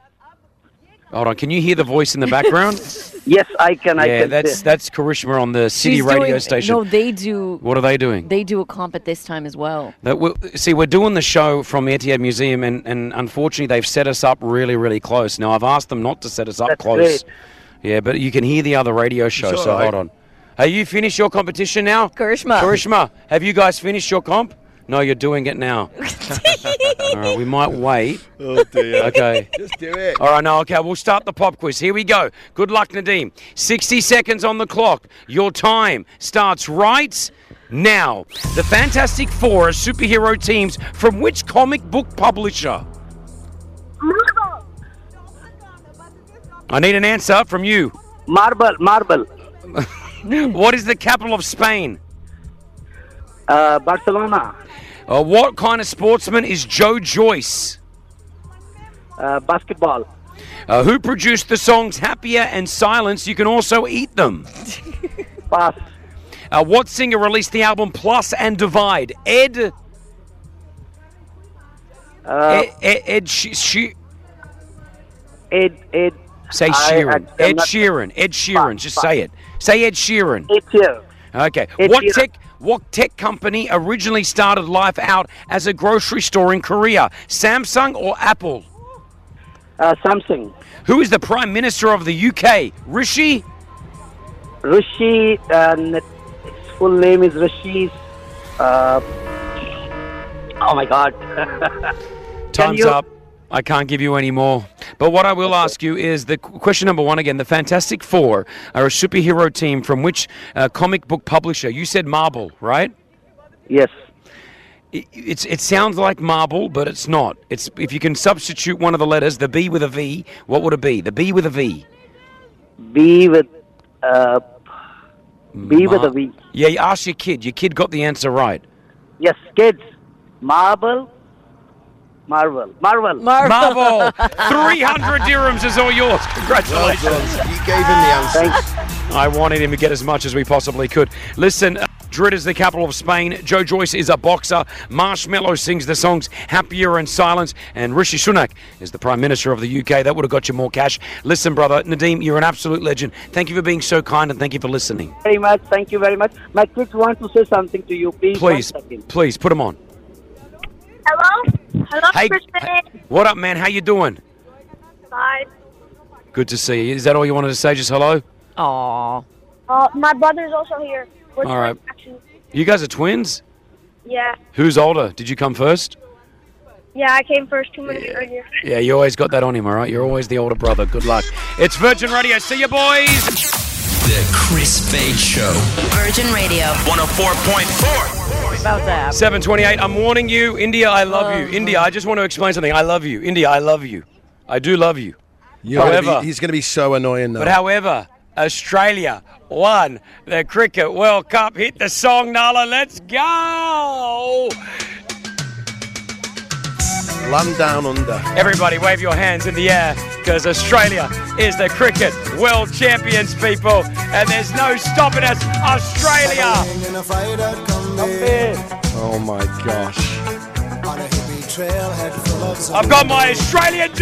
S4: Hold on, can you hear the voice in the background?
S13: yes, I can.
S4: Yeah,
S6: I can
S4: that's
S6: hear.
S4: that's Karishma on the city
S6: She's
S4: radio
S6: doing-
S4: station.
S6: No, they do.
S4: what are they doing?
S6: They do a comp at this time as well.
S4: That we see, we're doing the show from the Etihad Museum, and, and unfortunately, they've set us up really, really close. Now, I've asked them not to set us up
S6: great.
S4: close. Yeah, but you can hear the other radio show,
S6: It's
S4: so
S6: all right.
S4: hold on. Have you finished your competition now?
S6: Karishma.
S4: Karishma, have you guys finished your comp? No, you're doing it now. all right, we might wait.
S5: Oh, dear.
S4: Okay.
S5: Just do it.
S4: All right, no, okay, we'll start the pop quiz. Here we go. Good luck, Nadeem. 60 seconds on the clock. Your time starts right now. The Fantastic Four are superhero teams from which comic book publisher? I need an answer from you.
S13: Marble, marble.
S4: what is the capital of Spain?
S13: Uh, Barcelona,
S4: Uh, what kind of sportsman is Joe Joyce?
S13: uh, basketball.
S4: Uh, who produced the songs Happier and Silence? You can also eat them.
S13: Pass.
S4: Uh, what singer released the album Plus and Divide? Ed.
S13: Uh,
S4: Ed. Ed. E-, Ed, She- She-
S13: Ed, Ed.
S4: say
S13: I- I-
S4: Sheeran.
S13: I'm
S4: Ed
S13: not-
S4: Sheeran. Ed Sheeran. Just say it. Say Ed Sheeran.
S13: Ed Sheeran.
S4: Okay.
S13: Ed
S4: what
S13: Sheeran.
S4: tech? What tech company originally started life out as a grocery store in Korea? Samsung or Apple?
S13: Uh, Samsung.
S4: Who is the Prime Minister of the UK? Rishi.
S13: Rishi, uh, n- his full name is Rishi. Uh, oh my God.
S4: Time's
S13: you-
S4: up. I can't give you any more. But what I will ask you is the qu- question number one again. The Fantastic Four are a superhero team from which uh, comic book publisher? You said Marvel, right?
S13: Yes.
S4: It, it's, it sounds like Marvel, but it's not. It's if you can substitute one of the letters, the B with a V. What would it be? The B with a V.
S13: B with uh, B with
S4: Ma-
S13: a V.
S4: Yeah, you ask your kid. Your kid got the answer right.
S13: Yes, kids. Marble. Marvel. Marvel.
S4: Marvel. 300 dirhams is all yours. Congratulations.
S5: You gave him the answer.
S4: I wanted him to get as much as we possibly could. Listen, uh, Madrid is the capital of Spain. Joe Joyce is a boxer. Marshmello sings the songs Happier and Silence. And Rishi Sunak is the Prime Minister of the UK. That would have got you more cash. Listen, brother, Nadeem, you're an absolute legend. Thank you for being so kind and thank you for listening.
S13: Very much. Thank you very much. My kids want to say something to you. Please. one
S4: Please,
S13: second.
S4: please put them on.
S7: Hello? Hello,
S4: Hey,
S7: Kristen.
S4: What up, man? How you doing?
S7: Bye.
S4: Good to see you. Is that all you wanted to say? Just hello? Aww.
S7: Uh, my brother's also here. We're
S4: All right.
S7: actually.
S4: You guys are twins?
S7: Yeah.
S4: Who's older? Did you come first?
S7: Yeah, I came first two minutes earlier.
S4: Yeah, you always got that on him, all right? You're always the older brother. Good luck. It's Virgin Radio. See you, boys.
S1: The Chris Fade Show.
S3: Virgin Radio.
S2: 104.4.
S6: About that.
S4: 728, I'm warning you. India, I love you. India, I just want to explain something. I love you. India, I love you. I do love you.
S5: You're gonna be-
S4: however,
S5: he's going to be so annoying now.
S4: but however, Australia won the Cricket World Cup. Hit the song, Nala. Let's go.
S5: Land down under.
S4: Everybody, wave your hands in the air because Australia is the cricket world champions, people, and there's no stopping us, Australia.
S5: Oh my gosh.
S4: I've got my Australian jersey.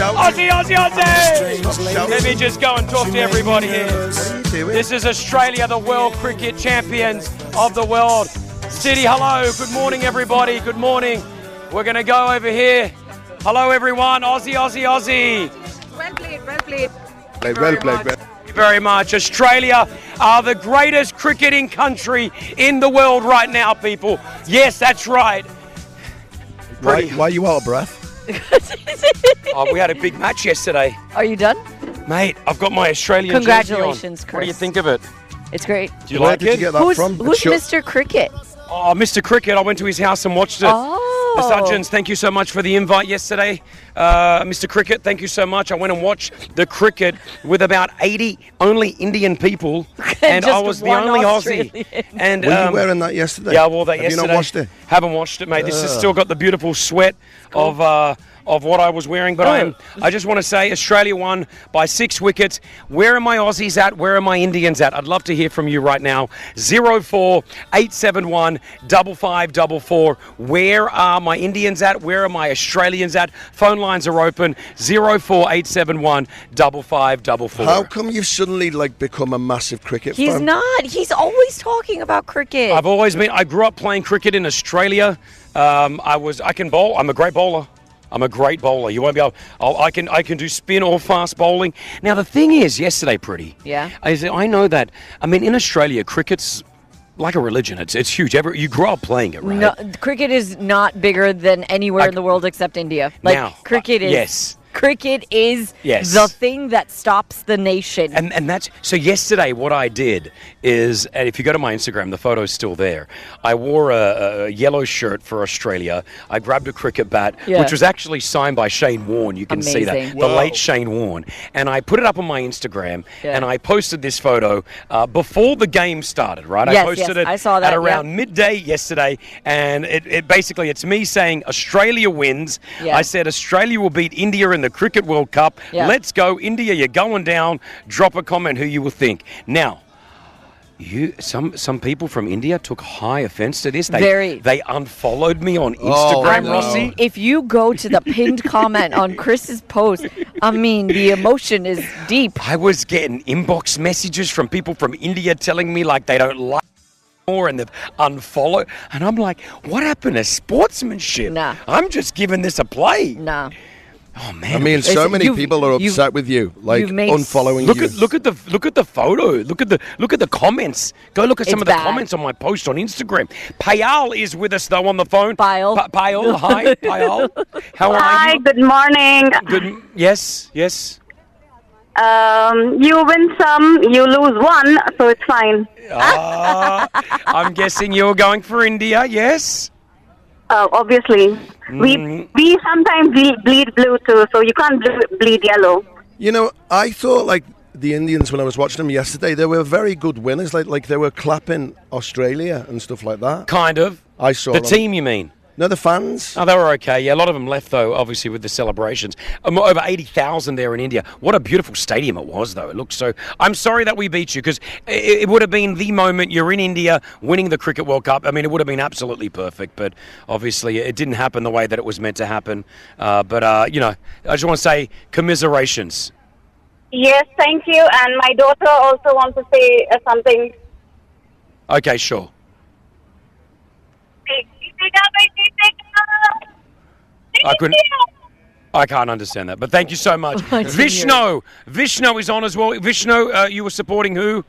S4: Aussie, Aussie, Aussie. Let me just go and talk to everybody here. This is Australia, the world cricket champions of the world. City, hello. Good morning, everybody. Good morning. We're going to go over here. Hello, everyone. Aussie, Aussie, Aussie.
S14: Well played, well played.
S5: Played well, played well.
S4: Thank you very much. Australia are the greatest cricketing country in the world right now, people. Yes, that's right.
S5: Why, why are you out of breath?
S4: Oh, we had a big match yesterday.
S6: Are you done?
S4: Mate, I've got my Australian jersey on.
S6: Congratulations,
S4: What do you
S6: Chris.
S4: think of it?
S6: It's great.
S4: Do you Where like did you it? get that
S6: who's
S4: from?
S6: who's
S4: It's your-
S6: Mr. Cricket?
S4: Oh, Mr. Cricket, I went to his house and watched it.
S6: Oh.
S4: The Sudgeons, thank you so much for the invite yesterday. Uh, Mr. Cricket, thank you so much. I went and watched the cricket with about 80 only Indian people, and I
S5: Just
S4: was the
S5: one
S4: only Aussie.
S5: Australian.
S4: And
S5: Were
S4: um,
S5: you wearing that yesterday?
S4: Yeah, I wore that
S5: Have
S4: yesterday.
S5: you not watched it? Ah.
S4: Haven't watched it, mate. This has
S5: Ugh.
S4: still got the beautiful sweat of uh, of what I was wearing.
S5: Oh.
S4: But I am. I just want to say Australia won by six wickets. Where are my Aussies at? Where are my Indians at? I'd love to hear from you right now. Zero four eight seven one double five double four. Where are my Indians at? Where are my Australians at? Phone lines are open. Zero four eight seven one double five double four.
S5: How come you've suddenly like become a massive cricket
S6: He's
S5: fan?
S6: not. He's always talking about cricket.
S4: I've always been. I grew up playing cricket in Australia. Um, I was. I can bowl. I'm a great bowler. I'm a great bowler. You won't be able. I'll, I can. I can do spin or fast bowling. Now the thing is, yesterday, pretty.
S6: Yeah.
S4: Is that I know that. I mean, in Australia, cricket's like a religion. It's it's huge. Every, you grow up playing it, right?
S6: No, cricket is not bigger than anywhere in the world except India. Like
S4: Now, uh,
S6: cricket is
S4: yes.
S6: Cricket is
S4: Yes.
S6: the thing that stops the nation.
S4: And, and that's so. Yesterday, what I did is, and if you go to my Instagram, the photo's still there. I wore a, a yellow shirt for Australia. I grabbed a cricket bat,
S15: Yeah.
S4: which was actually signed by Shane Warne. You can see that
S15: Amazing.
S4: the
S15: Wow.
S4: late Shane Warne. And I put it up on my Instagram,
S15: Yeah.
S4: and I posted this photo uh, before the game started. Right, I
S15: Yes,
S4: posted
S15: yes,
S4: it
S15: I saw that,
S4: at
S15: yeah.
S4: around midday yesterday, and it, it basically it's me saying Australia wins.
S15: Yeah.
S4: I said Australia will beat India in the Cricket World Cup.
S15: Yeah.
S4: Let's go, India! You're going down. Drop a comment who you will think. Now, you some some people from India took high offence to this. They
S6: Very.
S4: they unfollowed me on
S6: Oh,
S4: Instagram,
S6: no.
S4: Rossi.
S6: If you go to the pinned comment on Chris's post, I mean, the emotion is deep.
S4: I was getting inbox messages from people from India telling me like they don't like more and they've unfollowed. And I'm like, what happened to sportsmanship? Nah. I'm just giving this a play.
S6: Nah.
S4: Oh man.
S5: I mean, so
S4: It's-
S5: many
S4: you've-
S5: people are
S4: you've-
S5: upset with you, like
S4: you've made-
S5: unfollowing
S4: look
S5: you.
S4: At, look at the look at the photo. Look at the look at the comments. Go look at some
S5: It's
S4: of the
S5: bad.
S4: comments on my post on Instagram. Payal is with us though on the phone. Payal. Payal. Hi, Payal. How are
S16: Hi,
S4: you?
S16: good morning.
S4: Good. Yes. Yes.
S16: Um, you win some, you lose one, so it's fine.
S4: Ah, I'm guessing you're going for India. Yes.
S16: Uh, obviously,
S4: Mm.
S16: we we sometimes bleed, bleed blue too, so you can't ble- bleed yellow.
S5: You know, I thought like the Indians when I was watching them yesterday, they were very good winners. Like like they were clapping Australia and stuff like that.
S4: Kind of.
S5: I saw
S4: The
S5: them.
S4: team, you mean?
S5: No, the fans.
S4: Oh, they were okay. Yeah, a lot of them left though. Obviously, with the celebrations, um, over eighty thousand there in India. What a beautiful stadium it was, though. It looked so. I'm sorry that we beat you because it, it would have been the moment you're in India winning the Cricket World Cup. I mean, it would have been absolutely perfect, but obviously it didn't happen the way that it was meant to happen. Uh, but uh, you know, I just want to say commiserations.
S16: Yes, thank you. And my daughter also wants to say uh, something.
S4: Okay, sure. I couldn't. I can't understand that, but thank you so much.
S15: I didn't hear it.
S4: Vishnu, Vishnu is on as well. Vishnu, uh, you were supporting who?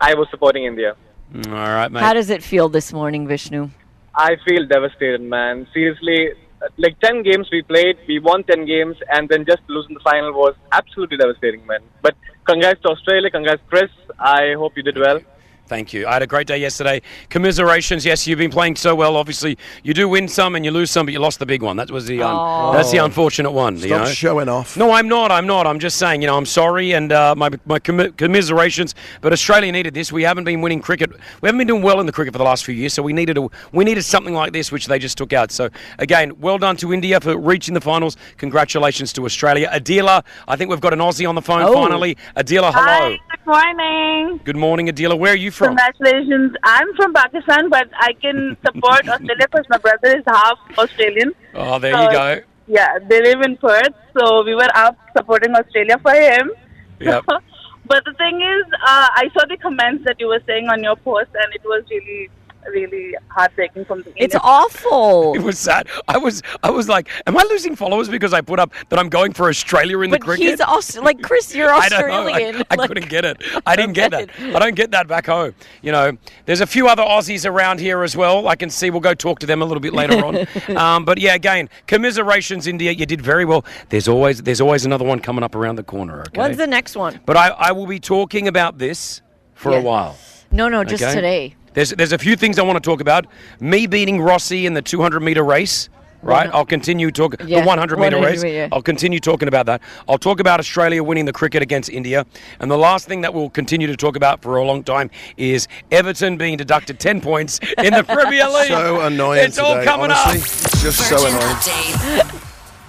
S17: I was supporting India.
S4: Mm, All right, mate.
S6: How does it feel this morning, Vishnu?
S17: I feel devastated, man. Seriously, uh, like 10 games we played, we won 10 games, and then just losing the final was absolutely devastating, man. But congrats to Australia, congrats, Chris. I hope you did well.
S4: Thank you. I had a great day yesterday. Commiserations. Yes, you've been playing so well. Obviously, you do win some and you lose some, but you lost the big one. That was the un-
S5: Oh.
S4: that's the unfortunate one. you
S5: Stop
S4: know?
S5: showing off.
S4: No, I'm not. I'm not. I'm just saying, you know, I'm sorry and uh, my, my commi- commiserations. But Australia needed this. We haven't been winning cricket. We haven't been doing well in the cricket for the last few years. So we needed a, we needed something like this, which they just took out. So again, well done to India for reaching the finals. Congratulations to Australia. Adila, I think we've got an Aussie on the phone
S16: Oh.
S4: finally. Adila, hello.
S16: Hi, good morning.
S4: Good morning, Adila. Where are you from?
S16: Congratulations. I'm from Pakistan, but I can support Australia because my brother is half Australian.
S4: Oh, there
S16: So,
S4: you go.
S16: Yeah, they live in Perth, so we were up supporting Australia for him.
S4: Yep.
S16: But the thing is, uh, I saw the comments that you were saying on your post, and it was really, really heartbreaking from the
S6: It's
S16: Indian-
S6: awful.
S4: It was sad. I was I was like, am I losing followers because I put up that I'm going for Australia in the
S6: But
S4: cricket?
S6: he's also like Chris. You're
S4: I don't know.
S6: Australian.
S4: I, I
S6: Like,
S4: couldn't get it. I didn't get that. I don't get that back home. You know, there's a few other Aussies around here as well. I can see. We'll go talk to them a little bit later on. Um, but yeah, again, commiserations, India. You did very well. There's always there's always another one coming up around the corner. Okay.
S6: When's the next one?
S4: But I, I will be talking about this for a while.
S6: No, no, just
S4: Okay?
S6: today.
S4: There's, there's a few things I want to talk about. Me beating Rossi in the 200 meter race, right?
S6: One-
S4: I'll continue talking.
S6: Yeah,
S4: the 100 meter
S6: 100
S4: race.
S6: meter.
S4: I'll continue talking about that. I'll talk about Australia winning the cricket against India. And the last thing that we'll continue to talk about for a long time is Everton being deducted 10 points in the Premier League.
S5: So annoying.
S4: It's all
S5: today,
S4: coming
S5: honestly.
S4: up.
S5: It's Just so annoying.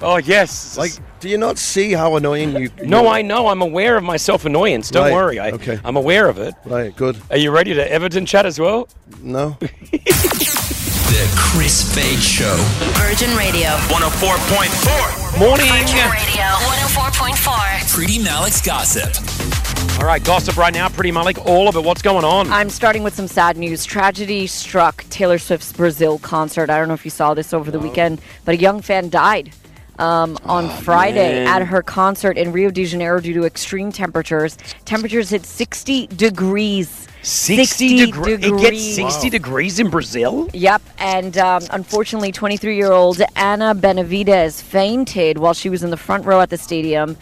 S4: Oh, yes.
S5: Like, do you not see how annoying you?
S4: No, I know. I'm aware of my self annoyance. Don't
S5: Right,
S4: worry. I,
S5: okay.
S4: I'm aware of it.
S5: Right. Good.
S4: Are you ready to Everton chat as well?
S5: No.
S1: The Chris Fade Show.
S3: Virgin Radio.
S2: 104.4.
S4: Morning.
S3: Virgin Radio 104.4.
S1: Pretty Malik's Gossip.
S4: All right, gossip right now, pretty Malik, all of it. What's going on?
S3: Uh,
S6: I'm starting with some sad news. Tragedy struck Taylor Swift's Brazil concert. I don't know if you saw this over the weekend, but a young fan died um, on Friday
S14: man.
S6: at her concert in Rio de Janeiro due to extreme temperatures. Temperatures hit 60 degrees.
S4: 60, degree- It gets 60
S6: degrees.
S4: degrees in Brazil?
S6: Yep, and um, unfortunately, 23 year old Anna Benavides fainted while she was in the front row at the stadium.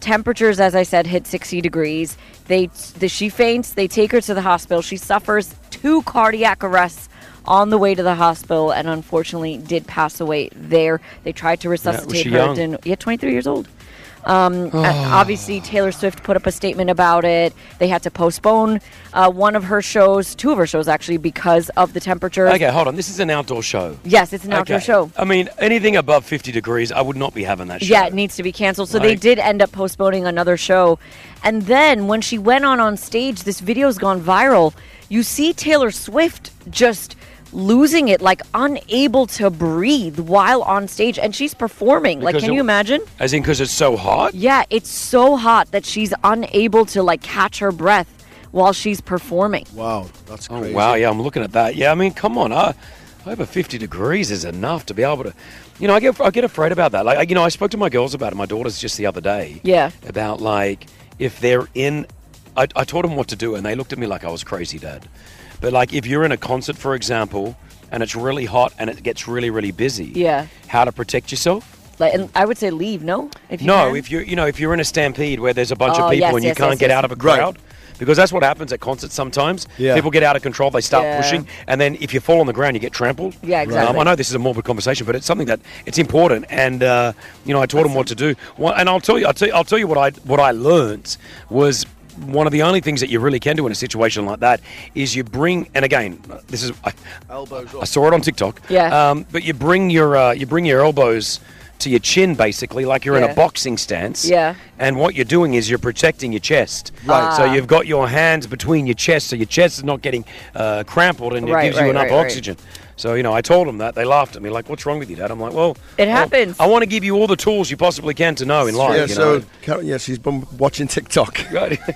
S6: Temperatures, as I said, hit 60 degrees. They, the, she faints, they take her to the hospital. She suffers two cardiac arrests on the way to the hospital and unfortunately did pass away there. They tried to resuscitate
S14: she
S6: her.
S14: young?
S6: Didn't, yeah, 23 years old. Um, and obviously, Taylor Swift put up a statement about it. They had to postpone uh, one of her shows, two of her shows actually, because of the temperatures.
S4: Okay, hold on. This is an outdoor show.
S6: Yes, it's an outdoor
S4: Okay.
S6: show.
S4: I mean, anything above 50 degrees, I would not be having that show.
S6: Yeah, it needs to be canceled. So they
S4: Right.
S6: did end up postponing another show. And then when she went on on stage, this video's gone viral. You see Taylor Swift just losing it, like unable to breathe while on stage, and she's performing. like,
S4: Because
S6: can
S4: it-
S6: you imagine?
S4: As in because it's so hot?
S6: Yeah, it's so hot that she's unable to like catch her breath while she's performing.
S5: Wow, that's
S4: oh,
S5: crazy.
S4: Wow, yeah, I'm looking at that. Yeah, I mean, come on. Uh, over 50 degrees is enough to be able to. You know, I get, I get afraid about that. Like, you know, I spoke to my girls about it, my daughters just the other day.
S6: Yeah.
S4: about like if they're in I, I told them what to do and they looked at me like i was crazy dad but like if you're in a concert for example and it's really hot and it gets really really busy
S6: Yeah.
S4: how to protect yourself
S6: Like, and I would say leave. No, if you
S4: no
S6: can.
S4: if you're you know if you're in a stampede where there's a bunch
S6: Oh,
S4: of people
S6: yes,
S4: and you
S6: yes,
S4: can't
S6: yes,
S4: get
S6: yes.
S4: out of a
S6: Right.
S4: crowd because that's what happens at concerts sometimes
S5: Yeah.
S4: people get out of control they start
S6: Yeah.
S4: pushing and then if you fall on the ground you get trampled
S6: Yeah, exactly.
S4: um, i know this is a morbid conversation but it's something that it's important and uh, you know i taught them what to do Well, and i'll tell you i'll tell you, I'll tell you what i what i learned was one of the only things that you really can do in a situation like that is you bring and again this is i,
S5: Elbows
S4: I saw it on tiktok
S5: Yeah.
S4: um, but you bring your uh, you bring your elbows to your chin basically like you're in
S6: Yeah.
S4: a boxing stance
S6: Yeah.
S4: and what you're doing is you're protecting your chest.
S6: Right.
S4: So
S6: Ah.
S4: you've got your hands between your chest, so your chest is not getting uh, crampled, and it
S6: Right,
S4: gives
S6: right,
S4: you enough
S6: right, right.
S4: oxygen. So you know, I told them that. They laughed at me, like, "What's wrong with you, Dad?" I'm like, "Well,
S6: It
S4: well,
S6: happens.
S4: I want to give you all the tools you possibly can to know in life."
S5: yeah,
S4: you
S5: so
S4: know?
S5: Karen, yeah, she's been watching TikTok.
S4: Right.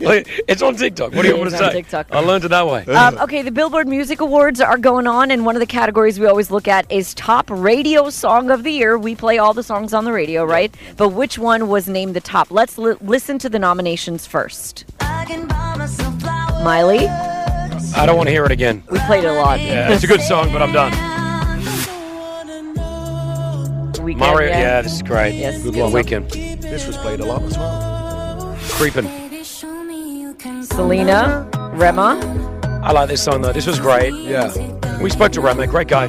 S4: Well, it's on TikTok. What do you
S6: It
S4: want to
S6: is on
S4: say?
S6: TikTok.
S4: I learned it that way.
S6: Um, okay, the Billboard Music Awards are going on, and one of the categories we always look at is top radio song of the year. We play all the songs on the radio, right? But which one was named the top? Let's li- listen to the nominations first. Miley,
S4: I don't want to hear it again.
S6: we played it a lot.
S4: Yeah, it's a good song, but I'm done.
S6: Weekend,
S4: Mario,
S6: yeah.
S4: yeah. this is great.
S6: Yes,
S4: good
S6: good
S4: one.
S6: song.
S4: Weekend.
S5: This was played a lot as well.
S4: Creeping.
S6: Selena, Rema,
S4: I like this song though. This was great. Yeah. We spoke to Ramek, great guy.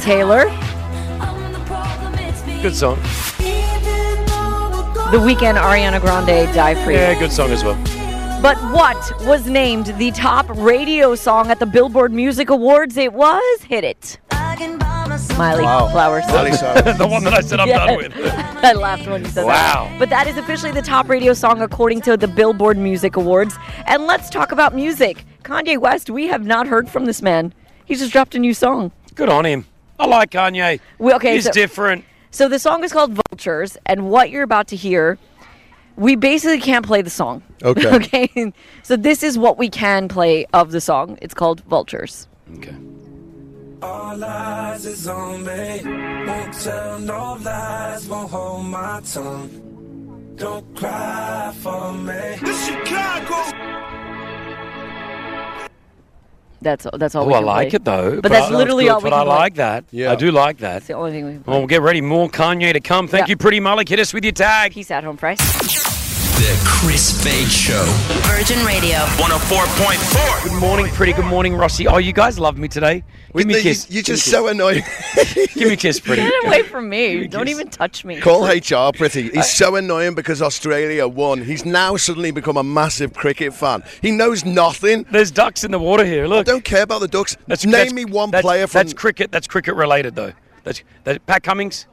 S6: Taylor,
S4: Good song.
S6: The Weekend, Ariana Grande, Die Free.
S4: Yeah, good song as well.
S6: But what was named the top radio song at the Billboard Music Awards? It was Hit It. Miley
S4: Wow.
S6: Flowers.
S4: Miley Cyrus. The one that I said I'm done with.
S6: I laughed when you said
S4: Wow.
S6: that. But that is officially the top radio song according to the Billboard Music Awards. And let's talk about music. Kanye West, we have not heard from this man. He just dropped a new song.
S4: Good on him. I like Kanye.
S6: We- okay,
S4: He's
S6: so-
S4: different.
S6: So the song is called Vultures, and what you're about to hear, we basically can't play the song.
S4: Okay.
S6: okay. So this is what we can play of the song. It's called Vultures.
S14: All eyes is on me. Won't tell no lies, won't hold my tongue. Don't cry for me. This Chicago.
S6: That's that's all.
S4: Oh,
S6: we
S4: I
S6: can
S4: like
S6: play.
S4: it though.
S6: But, that's literally all we
S4: But
S6: can
S4: I
S6: play.
S4: like that. Yeah. I do like that.
S6: It's the only thing we.
S4: Well, we'll get ready. More Kanye to come. Thank
S6: Yeah.
S4: you, Pretty Mullik. Hit us with your tag.
S6: Peace out, home price.
S1: The Chris Fade Show.
S3: Virgin Radio.
S2: 104.4.
S4: Good morning, Pretty. Good morning, Rossi. Oh, you guys love me today. Give me a kiss.
S5: You're just so annoying.
S4: Give me a kiss, Pretty.
S6: Get away from me! Don't even touch me.
S5: Call HR pretty. He's so annoying because Australia won. He's now suddenly become a massive cricket fan. He knows nothing.
S4: There's ducks in the water here. Look.
S5: I don't care about the ducks.
S4: That's-
S5: Name
S4: that's-
S5: me one
S4: that's-
S5: player from
S4: That's cricket. That's cricket related though. That's that, Pat Cummings.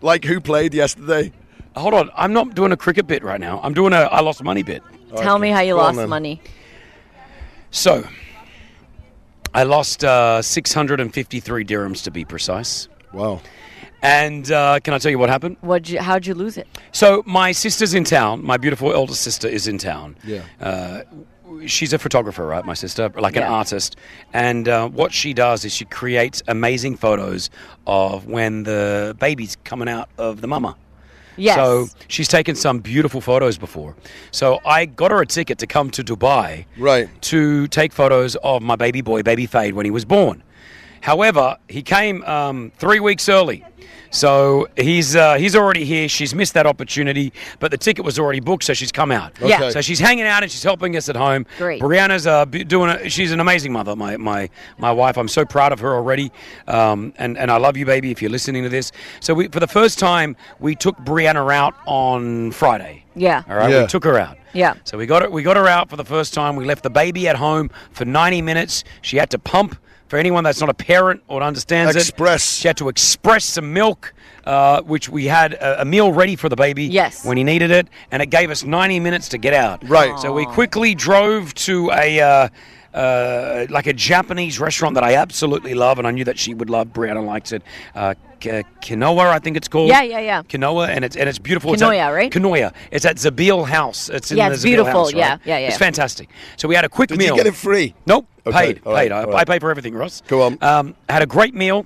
S5: Like who played yesterday?
S4: Hold on, I'm not doing a cricket bit right now. I'm doing a I lost money bit.
S6: Tell me how you
S4: Go on
S6: lost
S4: then.
S6: money.
S4: So, I lost uh, 653 dirhams to be precise.
S5: Wow.
S4: And uh, can I tell you what happened?
S6: What? You, how'd you lose it?
S4: So my sister's in town. My beautiful elder sister is in town.
S6: Yeah.
S4: Uh, she's a photographer, right? My sister, like an
S15: Yeah.
S4: artist. And uh, what she does is she creates amazing photos of when the baby's coming out of the mama.
S15: Yes.
S4: So she's taken some beautiful photos before. So I got her a ticket to come to Dubai.
S5: Right.
S4: To take photos of my baby boy, baby Fade, when he was born. However, he came um, three weeks early. So he's uh, he's already here. She's missed that opportunity, but the ticket was already booked, so she's come out.
S15: Yeah. Okay.
S4: So she's hanging out and she's helping us at home.
S15: Great.
S4: Brianna's uh, b- doing. A, she's an amazing mother. My my my wife. I'm so proud of her already. Um, and and I love you, baby. If you're listening to this, so we for the first time we took Brianna out on Friday.
S6: Yeah.
S4: All right, we took her out.
S6: Yeah.
S4: So we got it. We got her out for the first time. We left the baby at home for 90 minutes. She had to pump. For anyone that's not a parent or understands it, express. She had to express some milk, uh, which we had a, a meal ready for the baby.
S15: Yes.
S4: When he needed it, and it gave us 90 minutes to get out.
S5: Right.
S4: So we quickly drove to a. Uh, uh, like a Japanese restaurant that I absolutely love, and I knew that she would love. Brianna likes it. Uh, K- Kinoa, I think it's called.
S6: Yeah, yeah, yeah.
S4: Kinoa, and it's and it's beautiful. It's
S6: Kinoya,
S4: at-
S6: right?
S4: Kinoya. It's at Zabil House. It's in
S6: Yeah,
S4: the
S6: it's
S4: Zabil
S6: beautiful.
S4: House, right?
S6: Yeah, yeah, yeah,
S4: It's
S6: yeah.
S4: fantastic. So we had a quick
S5: Did you
S4: meal.
S5: get it free?
S4: Nope.
S5: Okay,
S4: Paid.
S5: all right,
S4: paid. I,
S5: all right.
S4: I pay for everything, Ross.
S5: Go on.
S4: Um, had a great meal,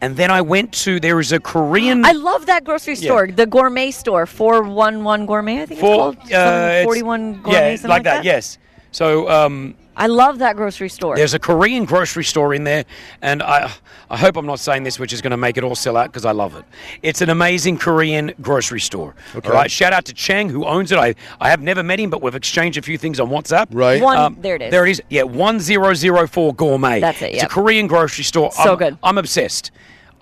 S4: and then I went to there is a Korean.
S6: I love that grocery
S4: Yeah.
S6: store, the gourmet store, four one one gourmet. I think
S4: for-
S6: it's called
S4: uh,
S6: Some
S4: it's-
S6: forty-one gourmet.
S4: Yeah,
S6: something
S4: like that. Yes. So um,
S6: I love that grocery store.
S4: There's a Korean grocery store in there, and I, I hope I'm not saying this, which is going to make it all sell out because I love it. It's an amazing Korean grocery store.
S15: Okay.
S4: All right. Shout out to Chang who owns it. I, I have never met him, but we've exchanged a few things on WhatsApp. Right.
S6: One- there it is.
S4: There it is. Yeah. One zero zero four gourmet.
S6: That's it,
S4: It's a
S6: yep.
S4: Korean grocery store.
S6: So
S4: I'm,
S6: good.
S4: I'm obsessed.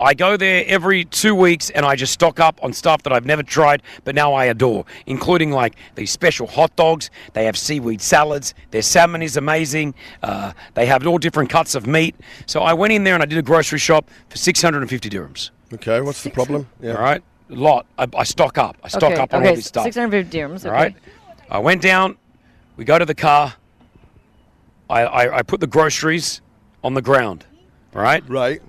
S4: I go there every two weeks and I just stock up on stuff that I've never tried, but now I adore, including like these special hot dogs. They have seaweed salads. Their salmon is amazing. Uh, they have all different cuts of meat. So I went in there and I did a grocery shop for 650 dirhams.
S5: Okay, what's the problem? Yeah.
S4: All right, a lot. I, I stock up. I stock
S6: okay,
S4: up on
S6: okay,
S4: all this stuff.
S6: Six hundred fifty dirhams. Okay.
S4: All right. I went down. We go to the car. I, I, I put the groceries on the ground. All right.
S5: Right.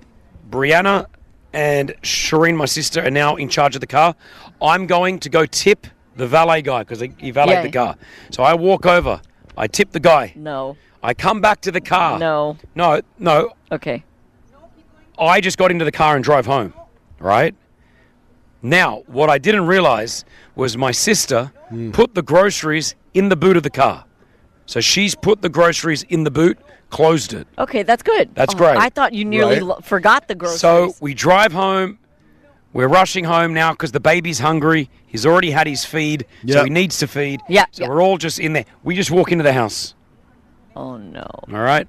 S4: Brianna and Shireen, my sister, are now in charge of the car. I'm going to go tip the valet guy because he, he valeted
S6: Yeah.
S4: the car. So I walk over. I tip the guy.
S6: No.
S4: I come back to the car.
S6: No.
S4: No, no.
S6: Okay.
S4: I just got into the car and drove home, right? Now, what I didn't realize was my sister put the groceries in the boot of the car. So she's put the groceries in the boot, closed it.
S6: Okay, that's good.
S4: That's
S6: Oh,
S4: great.
S6: I thought you nearly
S4: Right.
S6: lo- forgot the grocery.
S4: So we drive home. We're rushing home now because the baby's hungry. He's already had his feed, so
S6: Yep.
S4: he needs to feed.
S6: Yeah,
S4: So we're all just in there. We just walk into the house.
S6: Oh no.
S4: All right.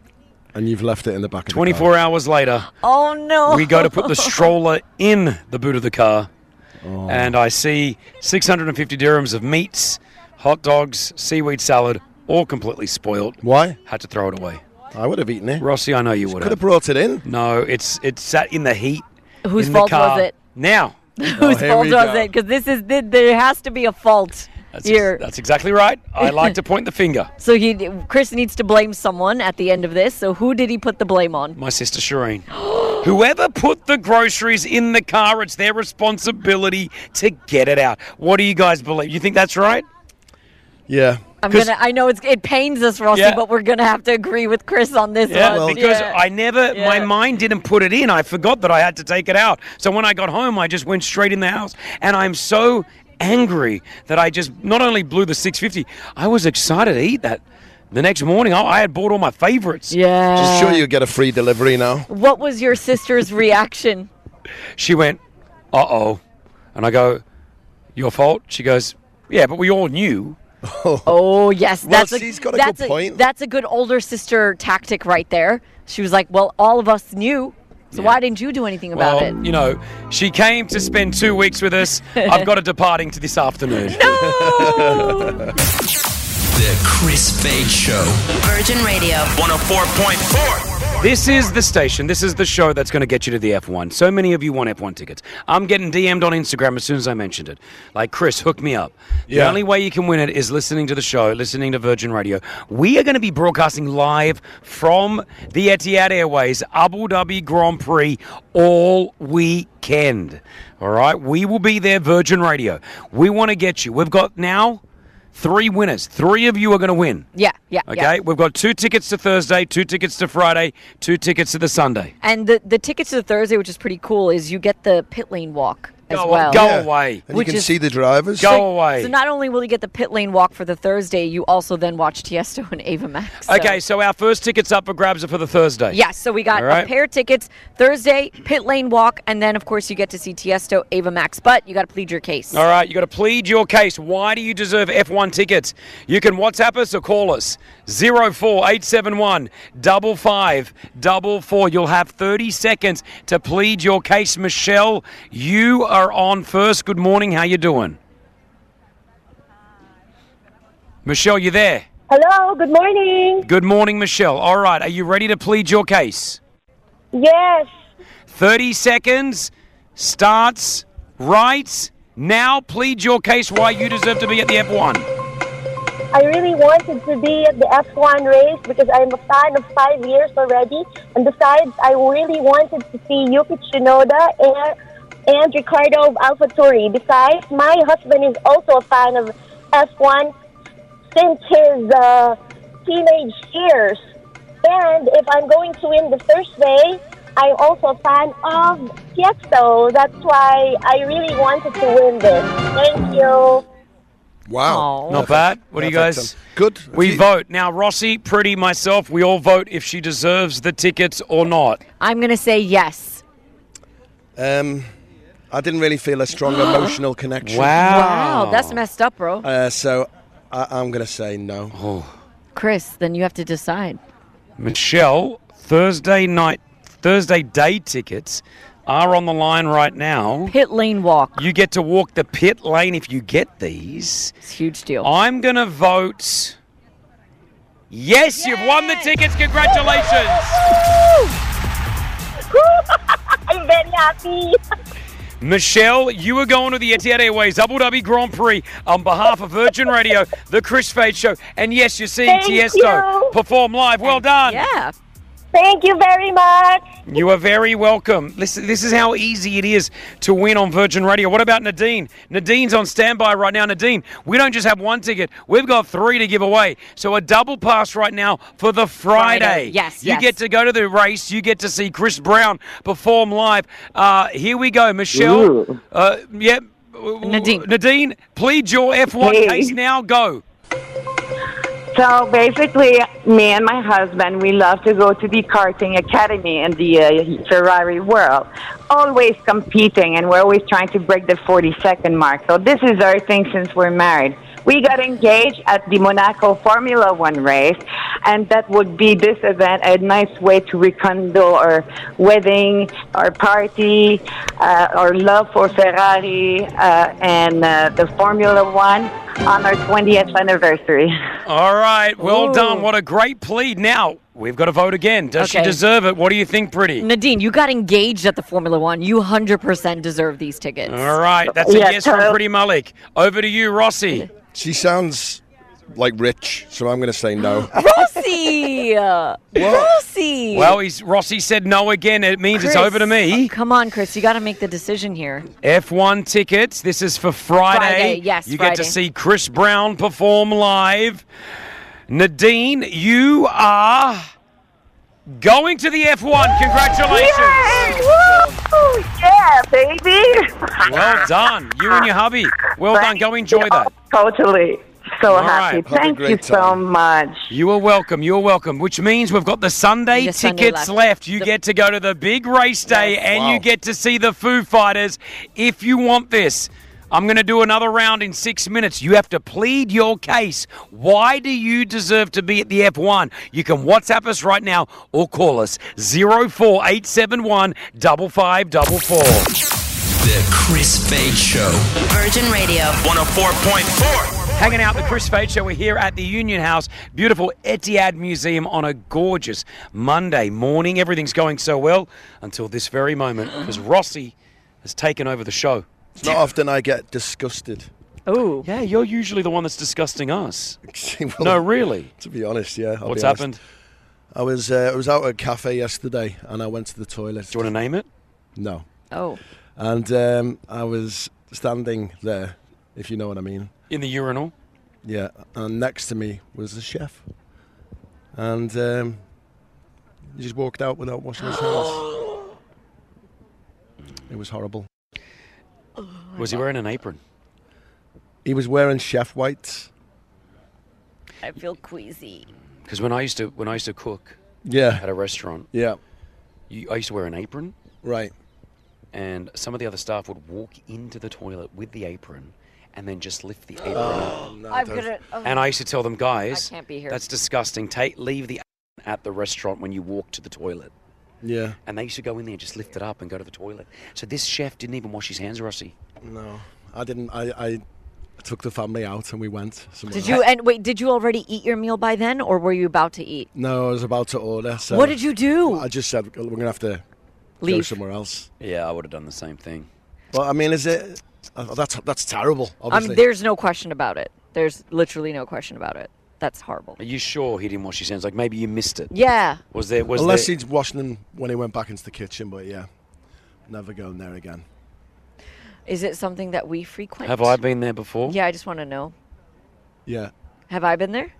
S5: And you've left it in the back of
S4: 24 hours later,
S6: Oh no.
S4: we go to put the stroller in the boot of the car, and I see 650 dirhams of meats, hot dogs, seaweed salad, all completely spoiled.
S5: Why?
S4: Had to throw it away.
S5: I would have eaten it.
S4: Rossi, I know you would
S5: Could
S4: have.
S5: have brought it in.
S4: No, it's it sat in the heat.
S6: Whose
S4: in the
S6: fault
S4: car.
S6: was it?
S4: Now.
S6: Whose fault was it? Because this is th- there has to be a fault
S4: That's, ex-
S6: here.
S4: that's exactly right. I like to point the finger.
S6: so he, Chris needs to blame someone at the end of this. So who did he put the blame on?
S4: My sister Shireen. Whoever put the groceries in the car, it's their responsibility to get it out. What do you guys believe? You think that's right?
S5: Yeah.
S6: I'm gonna. I know it's, it pains us, Rossi,
S4: Yeah.
S6: but we're gonna have to agree with Chris on this
S4: Yeah,
S6: one.
S4: Uh, because
S6: Yeah.
S4: I never, my mind didn't put it in. I forgot that I had to take it out. So when I got home, I just went straight in the house. And I'm so angry that I just not only blew the 650, I was excited to eat that. The next morning, I, I had bought all my favorites.
S6: Yeah.
S5: Just sure you get a free delivery now.
S6: What was your sister's reaction?
S4: She went, uh oh. And I go, your fault? She goes, yeah, but we all knew.
S6: Oh yes,
S4: Well,
S6: that's a,
S4: she's got a
S6: that's
S4: good point.
S6: That's a good older sister tactic right there. She was like, "Well, all of us knew, so why didn't you do anything about
S4: well,
S6: it?"
S4: you know, she came to spend two weeks with us. I've got a departing to this afternoon.
S6: No!
S1: The Chris Fade Show.
S3: Virgin Radio.
S2: 104.4.
S4: This is the station. This is the show that's going to get you to the F1. So many of you want F1 tickets. I'm getting DM'd on Instagram as soon as I mentioned it. Like, Chris, hook me up. The
S15: Yeah.
S4: only way you can win it is listening to the show, listening to Virgin Radio. We are going to be broadcasting live from the Etihad Airways Abu Dhabi Grand Prix all weekend. All right? We will be there, Virgin Radio. We want to get you. We've got now three winners. Three of you are going to win.
S6: Yeah, yeah,
S4: Okay,
S6: yeah.
S4: we've got two tickets to Thursday, two tickets to Friday, two tickets to the Sunday.
S6: And the the tickets to the Thursday, which is pretty cool, is you get the pit lane walk as
S4: Go,
S6: well.
S4: go away.
S5: And you can see the drivers.
S6: So not only will you get the pit lane walk for the Thursday, you also then watch Tiesto and Ava Max. so-
S4: Okay, so our first tickets up for grabs are for the Thursday.
S6: Yeah, so we got
S4: All right.
S6: a pair of tickets Thursday, pit lane walk, and then of course you get to see Tiesto, Ava Max. But you got to plead your case.
S4: All right, you got to plead your case. Why do you deserve F1 tickets? You can WhatsApp us or call us 04871 5544. You'll have 30 seconds to plead your case. Michelle, you are on first. Good morning. How you doing? Michelle, you there?
S18: Hello, good morning.
S4: Good morning, Michelle. All right, are you ready to plead your case?
S18: Yes,
S4: 30 seconds starts right now. Plead your case why you deserve to be at the F1.
S18: I really wanted to be at the F1 race because I'm a fan of five years already. And besides, I really wanted to see Yuki Tsunoda and, and Ricardo of AlphaTauri. Besides, my husband is also a fan of F1 since his uh, teenage years. And if I'm going to win the Thursday, I'm also a fan of Tiesto. That's why I really wanted to win this. Thank you.
S5: Wow.
S4: Not bad. What do you
S5: Perfect.
S4: guys?
S5: Good.
S4: We vote. Now, Rossi, Pretty, myself, we all vote if she deserves the tickets or not.
S6: I'm gonna say yes.
S5: Um, I didn't really feel a strong emotional connection.
S6: Wow, that's messed up, bro.
S5: Uh, so I, I'm going to say no.
S6: Chris, then you have to decide.
S4: Michelle, Thursday night, Thursday day tickets are on the line right now.
S6: Pit lane walk.
S4: You get to walk the pit lane if you get these. It's
S6: a huge deal.
S4: I'm going to vote. Yes, you've won the tickets. Congratulations.
S18: I'm very happy.
S4: Michelle, you are going to the Etihad Airways Abu Dhabi Grand Prix on behalf of Virgin Radio, the Chris Fade Show, and yes, you're seeing
S18: Thank
S4: Tiesto
S18: you.
S4: perform live. Well done.
S6: Yeah.
S18: Thank you very much.
S4: You are very welcome. Listen, this is how easy it is to win on Virgin Radio. What about Nadine? Nadine's on standby right now. Nadine, we don't just have one ticket, we've got three to give away. So a double pass right now for the Friday.
S6: Friday. Yes,
S4: You
S6: yes.
S4: get to go to the race, you get to see Chris Brown perform live. Uh, here we go, Michelle.
S19: Ooh.
S4: Uh, yep. Nadine. Nadine, plead your F1
S19: Hey.
S4: case now. Go.
S15: So basically, me and my husband, we love to go to the karting academy in the uh, Ferrari world, always competing, and we're always trying to break the 40 second mark. So this is our thing since we're married. We got engaged at the Monaco Formula One race, and that would be this event a nice way to rekindle our wedding, our party, uh, our love for Ferrari, uh, and uh, the Formula One on our 20th anniversary.
S4: All right, well
S6: Ooh.
S4: done. What a great plea. Now, we've got to vote again. Does she
S6: Okay.
S4: deserve it? What do you think, Pretty?
S6: Nadine, you got engaged at the Formula One. You 100% deserve these tickets.
S4: All right, that's a yes from Pretty Malik. Over to you, Rossi.
S5: She sounds like rich, so I'm going to say no.
S6: Rossi! Rossi!
S4: Well, he's Rossi said no again. It means it's
S6: Chris,
S4: over to me.
S6: oh, come on, Chris. You got to make the decision here.
S4: F1 tickets. This is for Friday.
S6: Friday, yes,
S4: You get
S6: Friday.
S4: to see Chris Brown perform live. Nadine, you are going to the F1. Congratulations.
S18: Woo! Yeah, baby.
S4: Well done. You and your hubby. Well done. Go enjoy that.
S15: Totally. So
S4: All
S15: happy.
S4: right. Have a
S15: Thank you
S4: great
S15: so
S4: time.
S15: much.
S4: You are welcome. You're welcome. Which means we've got the Sunday
S15: The Sunday left.
S4: tickets left. You get to go to the big race day and you get to see the Foo Fighters if you want this. I'm going to do another round in six minutes. You have to plead your case. Why do you deserve to be at the F1? You can WhatsApp us right now or call us 04871 5544.
S1: The Chris Fade Show.
S3: Virgin Radio.
S2: 104.4.
S4: Hanging out the Chris Fade Show. We're here at the Union House, beautiful Etihad Museum on a gorgeous Monday morning. Everything's going so well until this very moment because Rossi has taken over the show.
S5: It's not often I get disgusted.
S6: Oh.
S4: Yeah, you're usually the one that's disgusting us. no, really.
S5: To be honest, yeah. I'll
S4: What's
S5: be honest.
S4: happened?
S5: I was uh, I was out at a cafe yesterday and I went to the toilet. Do
S4: you want to name it?
S5: No.
S6: Oh.
S5: And um, I was standing there, if you know what I mean.
S4: In the urinal?
S5: Yeah. And next to me was the chef. And um, he just walked out without washing his hands. It was horrible.
S4: Was he wearing an apron?
S5: He was wearing chef whites.
S6: I feel queasy.
S4: Because when I used to when I used to cook
S5: Yeah.
S4: at a restaurant,
S5: yeah,
S4: you, I used to wear an apron.
S5: Right.
S4: And some of the other staff would walk into the toilet with the apron and then just lift the apron up.
S6: I'm gonna- oh.
S4: And I used to tell them, guys,
S6: I can't be here.
S4: that's disgusting. Take leave the apron at the restaurant when you walk to the toilet.
S5: Yeah.
S4: And they used to go in there and just lift it up and go to the toilet. So this chef didn't even wash his hands, Rossi.
S5: No, I didn't. I, I took the family out and we went. Somewhere
S6: Did you, and wait, did you already eat your meal by then or were you about to eat?
S5: No, I was about to order. So
S6: What did you do?
S5: I just said we're gonna have to go
S6: Leave.
S5: somewhere else.
S4: Yeah, I would have done the same thing.
S5: Well, I mean, is it? uh, That's that's terrible.
S6: Um,
S5: Obviously,
S6: there's no question about it. There's literally no question about it. That's horrible.
S4: Are you sure he didn't wash his hands? Like maybe you missed it.
S6: Yeah.
S4: Was there was
S5: unless
S4: there,
S5: he's washing them when he went back into the kitchen. But yeah, never going there again.
S6: Is it something that we frequent?
S4: Have I been there before?
S6: Yeah, I just want to know.
S5: Yeah.
S6: Have I been there?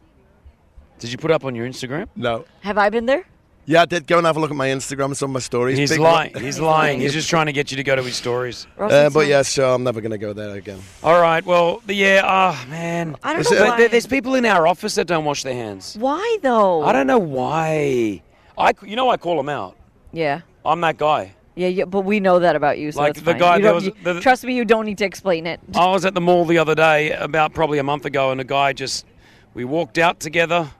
S4: Did you put up on your Instagram?
S5: No.
S6: Have I been there?
S5: Yeah, I did go and have a look at my Instagram and some of my stories.
S4: He's
S5: Big
S4: lying.
S5: one.
S4: He's lying. He's just trying to get you to go to his stories.
S5: Uh, but yeah, so I'm never gonna go there again.
S4: All right. Well, the- yeah. Ah, man.
S6: I don't know
S4: But
S6: why.
S4: there- There's people in our office that don't wash their hands.
S6: Why though?
S4: I don't know why. I, you know, I call them out.
S6: Yeah.
S4: I'm that guy.
S6: Yeah, yeah, but we know that about you. So
S4: Like
S6: that's
S4: the
S6: fine.
S4: guy
S6: You
S4: that
S6: don't-
S4: was-
S6: you-
S4: the-
S6: trust me, you don't need to explain it.
S4: I was at the mall the other day, about probably a month ago, and a guy just, we walked out together,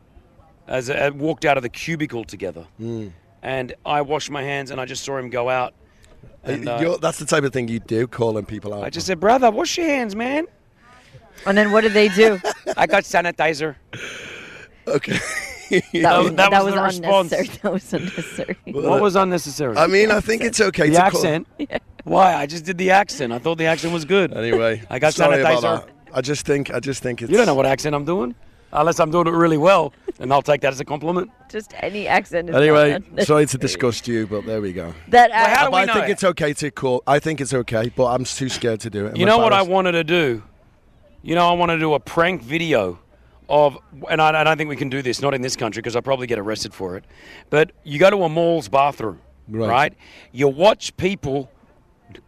S4: as a, walked out of the cubicle together,
S5: Hmm.
S4: and I washed my hands, and I just saw him go out. And, uh,
S5: You're, that's the type of thing you do, calling people out.
S4: I just said, brother, wash your hands, man.
S6: And then what did they do?
S4: I got sanitizer.
S5: Okay.
S6: That was,
S4: that was the response.
S6: unnecessary. That was unnecessary.
S4: What was unnecessary?
S5: I mean, I think it's okay
S4: The
S5: to
S4: accent.
S5: call.
S4: Why? I just did the accent. I thought the accent was good.
S5: Anyway,
S4: I got
S5: sorry about
S4: sanitizer.
S5: that. I just think I just think it's
S4: You don't know what accent I'm doing, unless I'm doing it really well, and I'll take that as a compliment.
S6: Just any accent. Is
S5: Anyway,
S6: not
S5: sorry to disgust you, but there we go.
S6: that
S4: how do
S5: But
S4: we
S5: I
S4: know
S5: think
S4: it?
S5: it's okay to call. I think it's okay, but I'm too scared to do it. I'm
S4: you know what I
S5: embarrassed.
S4: wanted to do? You know, I wanted to do a prank video of, and I, I don't think we can do this, not in this country, because I'll probably get arrested for it. But you go to a mall's bathroom,
S5: Right.
S4: right? You watch people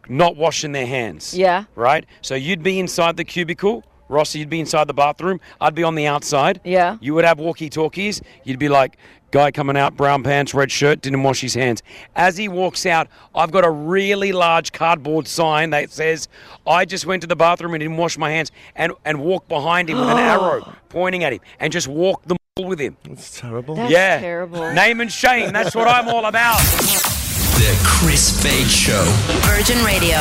S4: not washing their hands.
S6: Yeah.
S4: Right? So you'd be inside the cubicle, Rossi, you'd be inside the bathroom. I'd be on the outside.
S6: Yeah.
S4: You would have walkie talkies. You'd be like, guy coming out, brown pants, red shirt, didn't wash his hands. As he walks out, I've got a really large cardboard sign that says, I just went to the bathroom and didn't wash my hands, and, and walk behind him with an arrow pointing at him and just walk the mall with him.
S5: That's terrible.
S6: That's
S4: yeah.
S6: terrible.
S4: Name and shame. That's what I'm all about.
S1: The Chris Fade Show.
S3: Virgin Radio.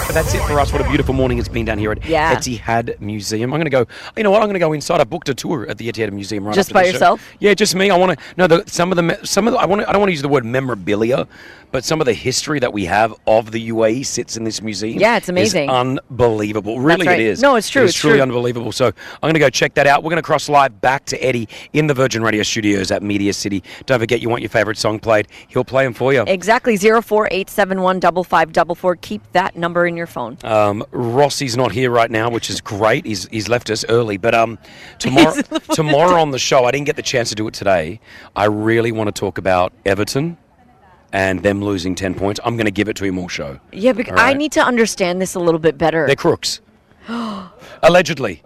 S2: 104.4.
S4: But that's it for us. What a beautiful morning it's been down here at
S6: Yeah.
S4: Etihad Museum. I'm going to go. You know what? I'm going to go inside. I booked a tour at the Etihad Museum right
S6: Just
S4: after
S6: by
S4: this show.
S6: yourself?
S4: Yeah, just me. I want to no. The, some of the me- some of the, I want. I don't want to use the word memorabilia, but some of the history that we have of the UAE sits in this museum.
S6: Yeah, it's
S4: is
S6: amazing.
S4: unbelievable. Really,
S6: right.
S4: it is.
S6: No, it's true,
S4: It's
S6: it's
S4: truly
S6: true.
S4: unbelievable. So I'm going to go check that out. We're going to cross live back to Eddie in the Virgin Radio Studios at Media City. Don't forget, you want your favorite song played. He'll play them for you.
S6: Exactly. Zero four eight seven one double five double four. Keep that number in your phone.
S4: Um, Rossi's not here right now, which is great. He's, he's left us early, but um, tomorrow tomorrow on the show, I didn't get the chance to do it today. I really want to talk about Everton and them losing ten points. I'm going to give it to him all show.
S6: Yeah, because
S4: All
S6: I
S4: right.
S6: need to understand this a little bit better.
S4: They're crooks, allegedly.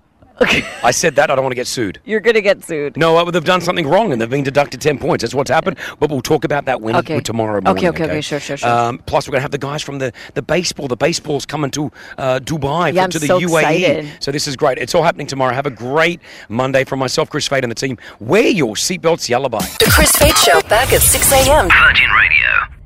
S4: I said that. I don't want to get sued.
S6: You're gonna get sued.
S4: No, uh, they've done something wrong and they've been deducted 10 points. That's what's happened. But we'll talk about that when
S6: Okay.
S4: tomorrow
S6: Okay,
S4: morning.
S6: okay, okay. Sure, sure, sure.
S4: Um, plus, we're going to have the guys from the, the baseball. The baseball's coming to uh, Dubai,
S6: Yeah,
S4: for-
S6: I'm
S4: to the
S6: so
S4: UAE.
S6: excited.
S4: So this is great. It's all happening tomorrow. Have a great Monday from myself, Chris Fade, and the team. Wear your seatbelts, yellow by.
S3: The Chris Fade Show back at 6 a.m. Virgin Radio.